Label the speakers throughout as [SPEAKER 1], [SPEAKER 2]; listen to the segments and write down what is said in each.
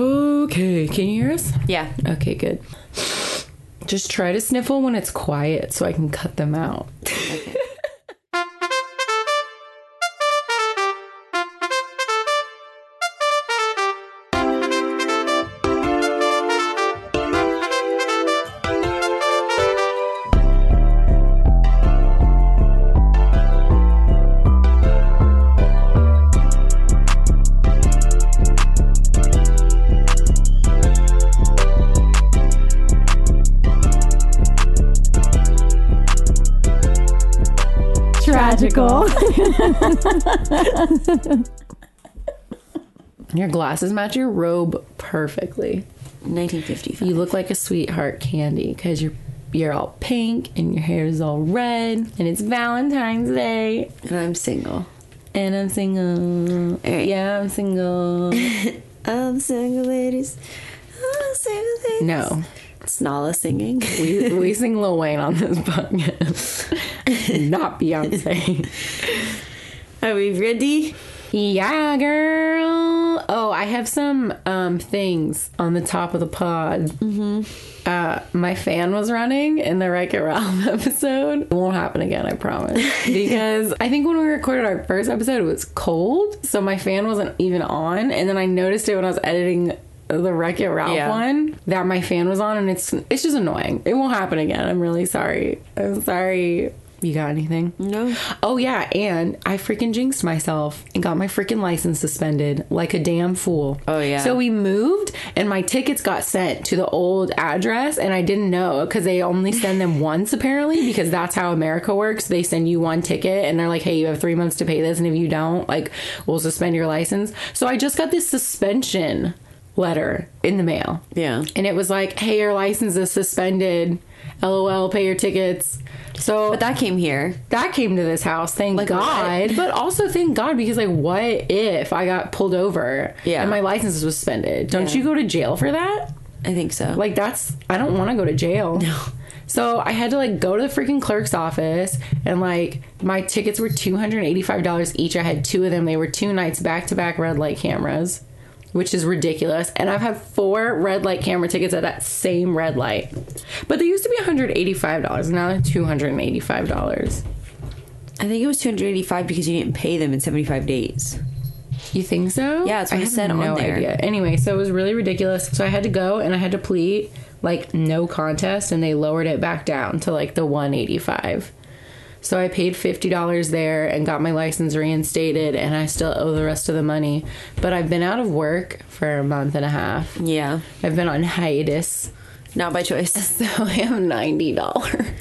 [SPEAKER 1] Okay, can you hear us?
[SPEAKER 2] Yeah.
[SPEAKER 1] Okay, good. Just try to sniffle when it's quiet so I can cut them out.
[SPEAKER 3] Tragical.
[SPEAKER 1] Your glasses match your robe perfectly.
[SPEAKER 2] 1955.
[SPEAKER 1] You look like a sweetheart candy because you're you're all pink and your hair is all red and it's Valentine's Day
[SPEAKER 2] And I'm single.
[SPEAKER 1] and I'm single.
[SPEAKER 2] right.
[SPEAKER 1] Yeah, I'm single.
[SPEAKER 2] I'm single, ladies. I'm single, ladies.
[SPEAKER 1] No,
[SPEAKER 2] It's Nala singing.
[SPEAKER 1] we, we sing Lil Wayne on this podcast, not Beyonce.
[SPEAKER 2] Are we ready?
[SPEAKER 1] Yeah, girl. Oh, I have some um, things on the top of the pod. Mm-hmm. Uh, my fan was running in the Wreck It Ralph episode. It won't happen again, I promise. Because I think when we recorded our first episode, it was cold, so my fan wasn't even on. And then I noticed it when I was editing the Wreck It Ralph
[SPEAKER 2] Yeah.
[SPEAKER 1] one that my fan was on, and it's it's just annoying. It won't happen again. I'm really sorry. I'm sorry. You got anything?
[SPEAKER 2] No.
[SPEAKER 1] Oh yeah, and I freaking jinxed myself and got my freaking license suspended like a damn fool.
[SPEAKER 2] Oh, yeah.
[SPEAKER 1] So we moved and my tickets got sent to the old address and I didn't know cuz they only send them once apparently because that's how America works. They send you one ticket and they're like, "Hey, you have 3 months to pay this and if you don't, like we'll suspend your license." So I just got this suspension letter in the mail.
[SPEAKER 2] Yeah.
[SPEAKER 1] And it was like, "Hey, your license is suspended. LOL, pay your tickets." So
[SPEAKER 2] But that came here.
[SPEAKER 1] that came to this house, thank God. But also thank God because like what if I got pulled over
[SPEAKER 2] Yeah.
[SPEAKER 1] and my license was suspended? Don't
[SPEAKER 2] Yeah.
[SPEAKER 1] you go to jail for that?
[SPEAKER 2] I think so.
[SPEAKER 1] Like that's I don't want to go to jail.
[SPEAKER 2] No.
[SPEAKER 1] So I had to like go to the freaking clerk's office and like my tickets were two hundred and eighty five dollars each. I had two of them. They were two nights back to back red light cameras, which is ridiculous. And I've had four red light camera tickets at that same red light. But they used to be one hundred eighty five dollars. Now they're two hundred and eighty five dollars.
[SPEAKER 2] I think it was 285 because you didn't pay them in 75 days.
[SPEAKER 1] You think so?
[SPEAKER 2] Yeah, it's what
[SPEAKER 1] I
[SPEAKER 2] it
[SPEAKER 1] have
[SPEAKER 2] said on
[SPEAKER 1] no
[SPEAKER 2] there.
[SPEAKER 1] idea. Anyway, so it was really ridiculous. So I had to go and I had to plead like no contest, and they lowered it back down to like the one eighty five. So I paid fifty dollars there and got my license reinstated, and I still owe the rest of the money. But I've been out of work for a month and a half.
[SPEAKER 2] Yeah.
[SPEAKER 1] I've been on hiatus,
[SPEAKER 2] Not by choice.
[SPEAKER 1] so I have ninety dollars.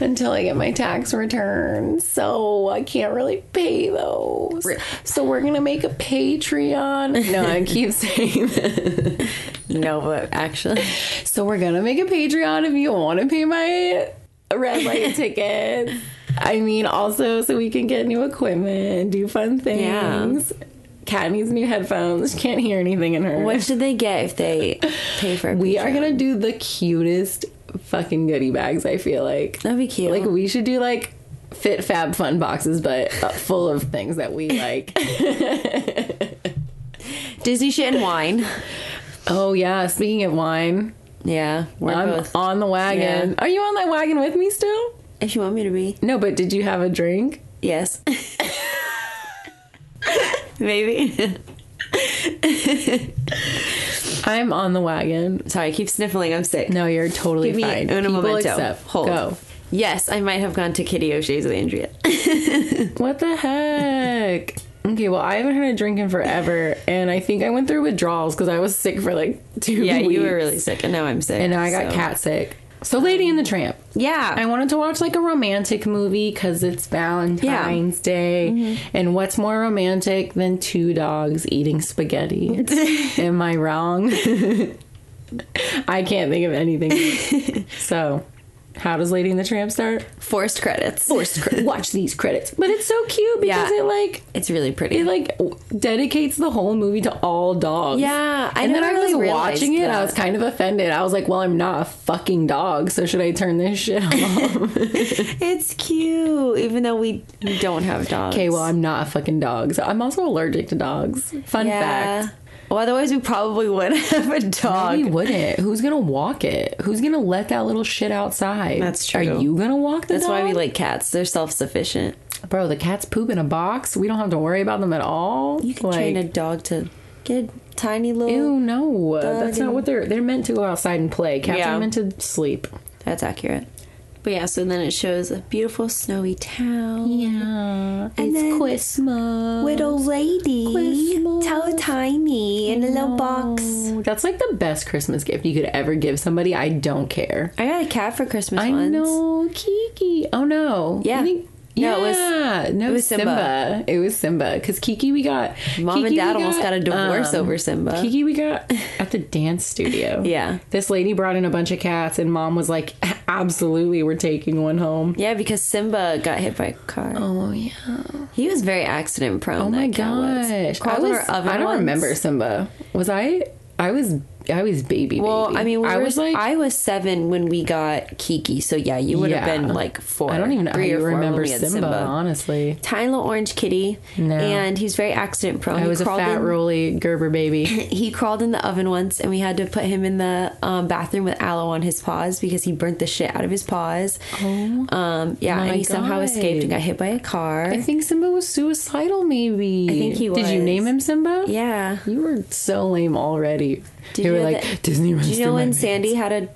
[SPEAKER 1] Until I get my tax return, so I can't really pay those.
[SPEAKER 2] Rip.
[SPEAKER 1] So we're gonna make a Patreon. No, I keep saying that.
[SPEAKER 2] no, but actually.
[SPEAKER 1] So we're gonna make a Patreon if you want to pay my red light tickets. I mean, also so we can get new equipment, do fun things. Kat needs new headphones. She can't hear anything in her.
[SPEAKER 2] What should they get if they pay for a
[SPEAKER 1] We
[SPEAKER 2] picture?
[SPEAKER 1] are gonna do the cutest fucking goodie bags. I feel like
[SPEAKER 2] That'd be cute.
[SPEAKER 1] Like we should do like fit fab fun boxes, but uh, full of things that we like.
[SPEAKER 2] Disney shit and wine.
[SPEAKER 1] oh yeah, speaking of wine,
[SPEAKER 2] Yeah. We're
[SPEAKER 1] I'm
[SPEAKER 2] both.
[SPEAKER 1] on the wagon.
[SPEAKER 2] Yeah.
[SPEAKER 1] Are you on that wagon with me still?
[SPEAKER 2] If you want me to be.
[SPEAKER 1] No, but did you have a drink?
[SPEAKER 2] Yes. Maybe.
[SPEAKER 1] I'm on the wagon.
[SPEAKER 2] Sorry, I keep sniffling. I'm sick.
[SPEAKER 1] No, you're totally
[SPEAKER 2] Give me
[SPEAKER 1] fine.
[SPEAKER 2] un
[SPEAKER 1] People
[SPEAKER 2] momento.
[SPEAKER 1] accept.
[SPEAKER 2] Hold.
[SPEAKER 1] Go.
[SPEAKER 2] Yes, I might have gone to Kitty O'Shea's with Andrea.
[SPEAKER 1] What the heck? Okay, well, I haven't had a drink in forever, and I think I went through withdrawals because I was sick for like two
[SPEAKER 2] yeah,
[SPEAKER 1] weeks.
[SPEAKER 2] you were really sick, and now I'm sick.
[SPEAKER 1] and I got
[SPEAKER 2] so-
[SPEAKER 1] cat sick. So, Lady and the Tramp.
[SPEAKER 2] Yeah.
[SPEAKER 1] I wanted to watch like a romantic movie because it's Valentine's Day,
[SPEAKER 2] Mm-hmm.
[SPEAKER 1] and what's more romantic than two dogs eating spaghetti? Am I wrong? I can't think of anything. so, how does Lady and the Tramp start?
[SPEAKER 2] forced credits.
[SPEAKER 1] Forced cre- watch these credits, but it's so cute because
[SPEAKER 2] Yeah.
[SPEAKER 1] it like
[SPEAKER 2] It's really pretty.
[SPEAKER 1] it like w- dedicates the whole movie to all dogs.
[SPEAKER 2] Yeah, I
[SPEAKER 1] and then
[SPEAKER 2] never
[SPEAKER 1] I was
[SPEAKER 2] really realized
[SPEAKER 1] watching it. I
[SPEAKER 2] that.
[SPEAKER 1] was kind of offended. I was like, "Well, I'm not a fucking dog, so should I turn this shit off?"
[SPEAKER 2] it's cute, even though we we don't have dogs.
[SPEAKER 1] okay, well, I'm not a fucking dog, so I'm also allergic to dogs. Fun
[SPEAKER 2] Yeah.
[SPEAKER 1] fact.
[SPEAKER 2] Well, otherwise we probably would have a dog.
[SPEAKER 1] We wouldn't. Who's gonna walk it? Who's gonna let that little shit outside?
[SPEAKER 2] That's
[SPEAKER 1] Are
[SPEAKER 2] true.
[SPEAKER 1] you gonna walk the
[SPEAKER 2] That's why we
[SPEAKER 1] dog?
[SPEAKER 2] like cats. They're self sufficient.
[SPEAKER 1] bro. The cats poop in a box. We don't have to worry about them at all.
[SPEAKER 2] You can
[SPEAKER 1] like,
[SPEAKER 2] train a dog to get a tiny little.
[SPEAKER 1] Ew, no, that's not
[SPEAKER 2] and-
[SPEAKER 1] what they're. They're meant to go outside and play. Cats
[SPEAKER 2] Yeah.
[SPEAKER 1] are meant to sleep.
[SPEAKER 2] That's accurate. But yeah, so then it shows a beautiful snowy town.
[SPEAKER 1] Yeah,
[SPEAKER 2] And then-
[SPEAKER 1] Christmas.
[SPEAKER 2] Little lady,
[SPEAKER 1] Christmas.
[SPEAKER 2] tiny tiny in a little box.
[SPEAKER 1] Oh, That's like the best Christmas gift you could ever give somebody. I don't care.
[SPEAKER 2] I got a cat for Christmas
[SPEAKER 1] I
[SPEAKER 2] once.
[SPEAKER 1] know, Kiki. Oh no.
[SPEAKER 2] Yeah.
[SPEAKER 1] You think-
[SPEAKER 2] No, it was-
[SPEAKER 1] yeah. no,
[SPEAKER 2] was Simba.
[SPEAKER 1] Simba. It was Simba. Because Kiki, we got
[SPEAKER 2] Mom
[SPEAKER 1] Kiki,
[SPEAKER 2] and
[SPEAKER 1] we
[SPEAKER 2] Dad almost got a divorce
[SPEAKER 1] um,
[SPEAKER 2] over Simba.
[SPEAKER 1] Kiki, we got at the dance studio.
[SPEAKER 2] Yeah.
[SPEAKER 1] This lady brought in a bunch of cats, and Mom was like, "Absolutely, we're taking one home."
[SPEAKER 2] yeah, because Simba got hit by a car.
[SPEAKER 1] Oh yeah.
[SPEAKER 2] He was very accident prone.
[SPEAKER 1] Oh my gosh.
[SPEAKER 2] I
[SPEAKER 1] I was. I don't remember Simba. Was I? I was. I was baby.
[SPEAKER 2] Well,
[SPEAKER 1] baby.
[SPEAKER 2] I mean, we
[SPEAKER 1] I
[SPEAKER 2] were,
[SPEAKER 1] was like.
[SPEAKER 2] I was seven when we got Kiki, so yeah, you would have
[SPEAKER 1] Yeah.
[SPEAKER 2] been like four.
[SPEAKER 1] I don't even know how
[SPEAKER 2] three or
[SPEAKER 1] you
[SPEAKER 2] four when
[SPEAKER 1] remember
[SPEAKER 2] we had
[SPEAKER 1] Simba, honestly.
[SPEAKER 2] Tiny little orange kitty,
[SPEAKER 1] No.
[SPEAKER 2] and he's very accident prone.
[SPEAKER 1] I was a fat,
[SPEAKER 2] in,
[SPEAKER 1] roly Gerber baby.
[SPEAKER 2] He crawled in the oven once, and we had to put him in the um, bathroom with aloe on his paws because he burnt the shit out of his paws. Oh, um, yeah,
[SPEAKER 1] my
[SPEAKER 2] and he somehow
[SPEAKER 1] God.
[SPEAKER 2] escaped and got hit by a car.
[SPEAKER 1] I think Simba was suicidal, maybe. I
[SPEAKER 2] think he
[SPEAKER 1] Did you
[SPEAKER 2] was.
[SPEAKER 1] name him Simba?
[SPEAKER 2] yeah.
[SPEAKER 1] You were so lame already.
[SPEAKER 2] Did
[SPEAKER 1] you
[SPEAKER 2] you
[SPEAKER 1] were
[SPEAKER 2] know
[SPEAKER 1] like,
[SPEAKER 2] that-
[SPEAKER 1] Disney runs
[SPEAKER 2] Do you know
[SPEAKER 1] through my
[SPEAKER 2] when
[SPEAKER 1] veins."
[SPEAKER 2] Sandy had a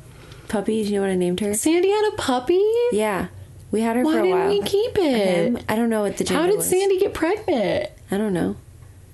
[SPEAKER 2] puppy? Do you know what I named her?
[SPEAKER 1] Sandy had a puppy?
[SPEAKER 2] Yeah, we had her
[SPEAKER 1] Why
[SPEAKER 2] for a
[SPEAKER 1] didn't
[SPEAKER 2] while.
[SPEAKER 1] we keep it?
[SPEAKER 2] Him- I don't know what the gender
[SPEAKER 1] How did
[SPEAKER 2] was.
[SPEAKER 1] Sandy get pregnant?
[SPEAKER 2] I don't know.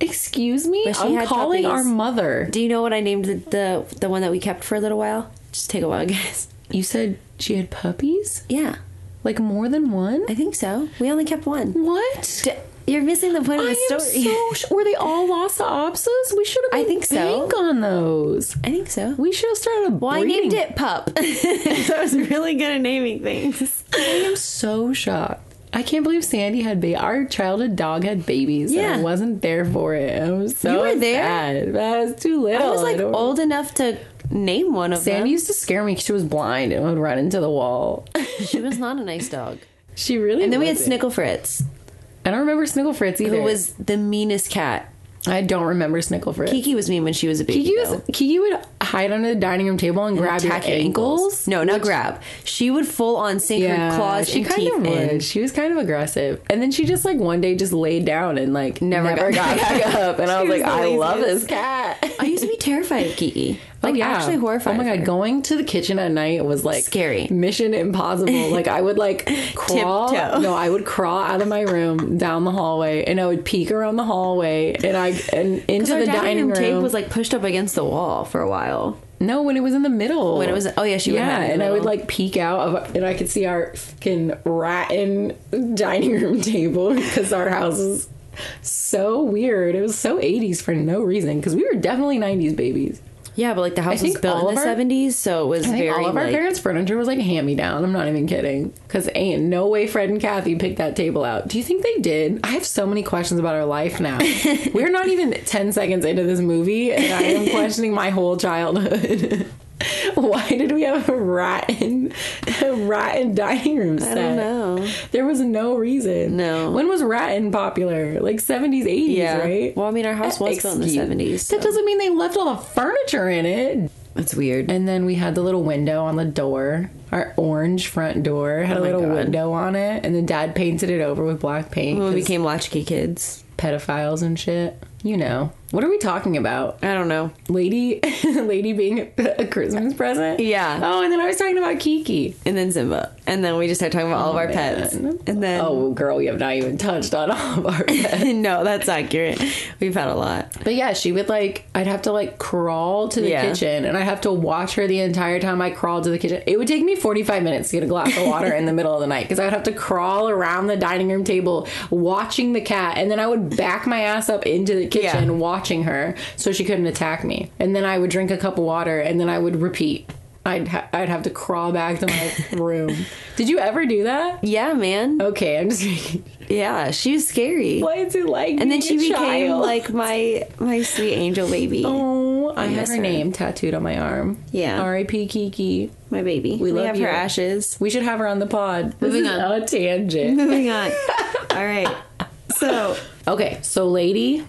[SPEAKER 1] Excuse me?
[SPEAKER 2] But she
[SPEAKER 1] I'm
[SPEAKER 2] had
[SPEAKER 1] calling
[SPEAKER 2] puppies.
[SPEAKER 1] our mother.
[SPEAKER 2] Do you know what I named the, the the one that we kept for a little while? Just take a wild guess.
[SPEAKER 1] You said she had puppies?
[SPEAKER 2] Yeah,
[SPEAKER 1] Like more than one?
[SPEAKER 2] I think so. We only kept one.
[SPEAKER 1] What?
[SPEAKER 2] D- You're missing the point of
[SPEAKER 1] I
[SPEAKER 2] the
[SPEAKER 1] am
[SPEAKER 2] story.
[SPEAKER 1] so sh- were they all Lhasa Apsos? We should have been
[SPEAKER 2] I think so.
[SPEAKER 1] pink on those.
[SPEAKER 2] I think so.
[SPEAKER 1] We should have started a
[SPEAKER 2] Well, I
[SPEAKER 1] breeding
[SPEAKER 2] named it Pup. so I was really good at naming things.
[SPEAKER 1] I am so shocked. I can't believe Sandy had ba- our childhood dog had babies. Yeah,
[SPEAKER 2] Yeah.
[SPEAKER 1] I wasn't there for it. I was so
[SPEAKER 2] You were there?
[SPEAKER 1] Sad. Oh, I was too little.
[SPEAKER 2] I was like
[SPEAKER 1] don't-
[SPEAKER 2] old enough to name one of
[SPEAKER 1] Sandy used to scare me because she was blind and would run into the wall.
[SPEAKER 2] them. She was not a nice dog.
[SPEAKER 1] she really.
[SPEAKER 2] And then we had
[SPEAKER 1] wasn't.
[SPEAKER 2] Snickle Fritz,
[SPEAKER 1] I don't remember Snickle Fritz either.
[SPEAKER 2] who was the meanest cat.
[SPEAKER 1] I don't remember Snickle Fritz.
[SPEAKER 2] Kiki was mean when she was a baby.
[SPEAKER 1] Kiki was
[SPEAKER 2] though.
[SPEAKER 1] Kiki would hide under the dining room table and, grab your
[SPEAKER 2] Attack your
[SPEAKER 1] ankles.
[SPEAKER 2] No, not grab. She would full on sink her claws
[SPEAKER 1] she
[SPEAKER 2] and
[SPEAKER 1] kind
[SPEAKER 2] teeth
[SPEAKER 1] of
[SPEAKER 2] in.
[SPEAKER 1] would. She was kind of aggressive, and then she just like one day just laid down and like never, got, back up. And I was
[SPEAKER 2] She was
[SPEAKER 1] like,
[SPEAKER 2] the
[SPEAKER 1] I love
[SPEAKER 2] laziest.
[SPEAKER 1] this cat.
[SPEAKER 2] I used to be terrified of Kiki. Like actually horrified.
[SPEAKER 1] Oh my
[SPEAKER 2] of
[SPEAKER 1] god,
[SPEAKER 2] her.
[SPEAKER 1] going to the kitchen at night was like
[SPEAKER 2] Scary.
[SPEAKER 1] mission impossible. Like I would like crawl.
[SPEAKER 2] Tiptoe.
[SPEAKER 1] No, I would crawl out of my room down the hallway, and I would peek around the hallway, and I and into
[SPEAKER 2] Our
[SPEAKER 1] the dining room.
[SPEAKER 2] tape was like pushed up against the wall for a while.
[SPEAKER 1] no, when it was in the middle.
[SPEAKER 2] When it was- oh, yeah, she would
[SPEAKER 1] yeah,
[SPEAKER 2] hide in the
[SPEAKER 1] and I would
[SPEAKER 2] middle.
[SPEAKER 1] like peek out of, and I could see our fucking rotten dining room table because our house is so weird. It was so 80s for no reason because we were definitely 90s babies.
[SPEAKER 2] Yeah, but like the house was
[SPEAKER 1] think
[SPEAKER 2] built
[SPEAKER 1] all
[SPEAKER 2] in the
[SPEAKER 1] of our-
[SPEAKER 2] seventies, so it was
[SPEAKER 1] I think
[SPEAKER 2] very
[SPEAKER 1] all of our
[SPEAKER 2] like
[SPEAKER 1] parents' furniture was like hand me down. I'm not even kidding. Because ain't no way Fred and Kathy picked that table out. Do you think they did? I have so many questions about our life now. We're not even 10 seconds into this movie, and I am questioning my whole childhood. Why did we have a rotten, a rotten dining room set?
[SPEAKER 2] don't know.
[SPEAKER 1] There was no reason.
[SPEAKER 2] No.
[SPEAKER 1] When was rotten popular? Like 70s, 80s,
[SPEAKER 2] yeah.
[SPEAKER 1] right?
[SPEAKER 2] Well, I mean, our house was built in the
[SPEAKER 1] Excuse-
[SPEAKER 2] seventies.
[SPEAKER 1] That doesn't mean they left all the furniture in it.
[SPEAKER 2] That's weird.
[SPEAKER 1] And then we had the little window on the door. Our orange front door had a
[SPEAKER 2] Oh my
[SPEAKER 1] little
[SPEAKER 2] God.
[SPEAKER 1] window on it, and then Dad painted it over with black paint.
[SPEAKER 2] when we
[SPEAKER 1] 'cause
[SPEAKER 2] became latchkey kids,
[SPEAKER 1] pedophiles and shit. You know what are we talking about,
[SPEAKER 2] I don't know.
[SPEAKER 1] lady? lady being a Christmas present.
[SPEAKER 2] Yeah.
[SPEAKER 1] Oh, and then I was talking about Kiki.
[SPEAKER 2] And then Simba, and then we just started talking about all of our pets,
[SPEAKER 1] Man.
[SPEAKER 2] and then
[SPEAKER 1] oh, girl, we have not even touched on all of our pets.
[SPEAKER 2] no, that's accurate. We've had a lot.
[SPEAKER 1] But yeah, she would like I'd have to like crawl to the
[SPEAKER 2] Yeah.
[SPEAKER 1] kitchen and I have to watch her the entire time I crawled to the kitchen. It would take me 45 minutes to get a glass of water in the middle of the night because I would have to crawl around the dining room table watching the cat and then I would back my ass up into the kitchen
[SPEAKER 2] Yeah.
[SPEAKER 1] watching her so she couldn't attack me. And then I would drink a cup of water and then I would repeat. I'd ha- I'd have to crawl back to my room. Did you ever do that?
[SPEAKER 2] Yeah, man.
[SPEAKER 1] Okay, I'm just making
[SPEAKER 2] Yeah, she was scary.
[SPEAKER 1] Why is it like
[SPEAKER 2] And then she
[SPEAKER 1] being a
[SPEAKER 2] became
[SPEAKER 1] child?
[SPEAKER 2] like my my sweet angel baby,
[SPEAKER 1] Oh, I, have
[SPEAKER 2] miss
[SPEAKER 1] her,
[SPEAKER 2] her.
[SPEAKER 1] name tattooed on my arm.
[SPEAKER 2] Yeah.
[SPEAKER 1] R.I.P. Kiki.
[SPEAKER 2] my baby. We,
[SPEAKER 1] love
[SPEAKER 2] have
[SPEAKER 1] you.
[SPEAKER 2] her ashes.
[SPEAKER 1] We should have her on the pod. This
[SPEAKER 2] Moving
[SPEAKER 1] is
[SPEAKER 2] on.
[SPEAKER 1] a tangent.
[SPEAKER 2] Moving on. All right. So
[SPEAKER 1] Okay, so Lady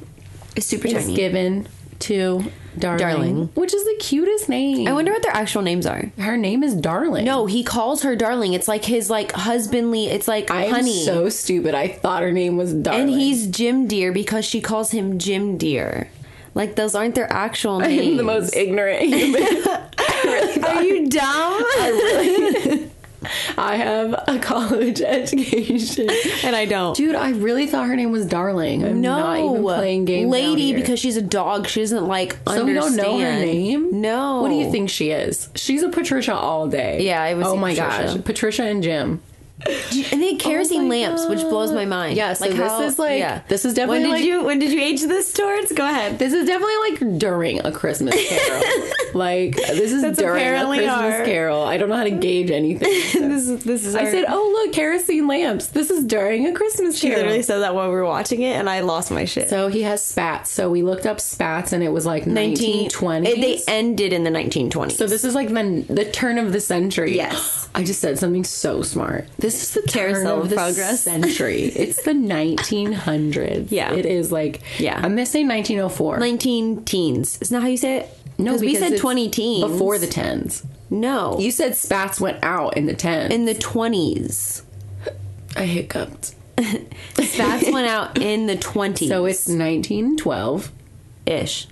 [SPEAKER 2] it's super
[SPEAKER 1] is
[SPEAKER 2] tiny.
[SPEAKER 1] given to Darling,
[SPEAKER 2] Darling.
[SPEAKER 1] which is the cutest name.
[SPEAKER 2] I wonder what their actual names are.
[SPEAKER 1] Her name is Darling.
[SPEAKER 2] No, he calls her darling. It's like his like husbandly. It's like
[SPEAKER 1] I am
[SPEAKER 2] honey.
[SPEAKER 1] so stupid. I thought her name was Darling.
[SPEAKER 2] and he's Jim Deer because she calls him Jim Deer. Like those aren't their actual names.
[SPEAKER 1] the most ignorant human.
[SPEAKER 2] Are you dumb?
[SPEAKER 1] I have a college education.
[SPEAKER 2] and I don't.
[SPEAKER 1] Dude, I really thought her name was Darling. I'm
[SPEAKER 2] No,
[SPEAKER 1] not even playing games. out
[SPEAKER 2] lady,
[SPEAKER 1] here.
[SPEAKER 2] because she's a dog. She doesn't like
[SPEAKER 1] so we don't
[SPEAKER 2] understand.
[SPEAKER 1] know her name.
[SPEAKER 2] No.
[SPEAKER 1] what do you think she is? She's a Patricia all day.
[SPEAKER 2] Yeah, I would
[SPEAKER 1] Oh
[SPEAKER 2] say
[SPEAKER 1] my
[SPEAKER 2] Patricia.
[SPEAKER 1] gosh, Patricia and Jim.
[SPEAKER 2] And they had
[SPEAKER 1] Oh my
[SPEAKER 2] kerosene lamps, which
[SPEAKER 1] God.
[SPEAKER 2] blows my mind.
[SPEAKER 1] Yeah, so this is like- this is definitely
[SPEAKER 2] When did
[SPEAKER 1] like-
[SPEAKER 2] you when did you age this towards? Go ahead.
[SPEAKER 1] This is definitely like during a Christmas carol. like this is
[SPEAKER 2] That's
[SPEAKER 1] during a
[SPEAKER 2] apparently
[SPEAKER 1] Christmas
[SPEAKER 2] our-
[SPEAKER 1] carol. I don't know how to gauge anything.
[SPEAKER 2] this is this is.
[SPEAKER 1] I
[SPEAKER 2] our-
[SPEAKER 1] said, "Oh look, kerosene lamps." This is during a Christmas
[SPEAKER 2] she
[SPEAKER 1] carol.
[SPEAKER 2] literally said that while we were watching it, and I lost my shit.
[SPEAKER 1] so he has spats. So we looked up spats, and it was like
[SPEAKER 2] 19
[SPEAKER 1] 1920.
[SPEAKER 2] It- They ended in the 1920s.
[SPEAKER 1] So this is like the the turn of the century.
[SPEAKER 2] Yes.
[SPEAKER 1] I just said something so smart. This is the
[SPEAKER 2] Carousel
[SPEAKER 1] turn
[SPEAKER 2] of
[SPEAKER 1] of the
[SPEAKER 2] progress.
[SPEAKER 1] century. it's the 1900s.
[SPEAKER 2] Yeah.
[SPEAKER 1] it is like
[SPEAKER 2] Yeah.
[SPEAKER 1] I'm gonna say 1904.
[SPEAKER 2] 19 teens. Isn't that how you say it? we
[SPEAKER 1] because
[SPEAKER 2] said
[SPEAKER 1] it's
[SPEAKER 2] 20 teens
[SPEAKER 1] before the tens.
[SPEAKER 2] No,
[SPEAKER 1] You said spats went out in the tens.
[SPEAKER 2] in the 20s.
[SPEAKER 1] I hiccuped.
[SPEAKER 2] Spats went out in the 20s.
[SPEAKER 1] So it's 1912.
[SPEAKER 2] ish.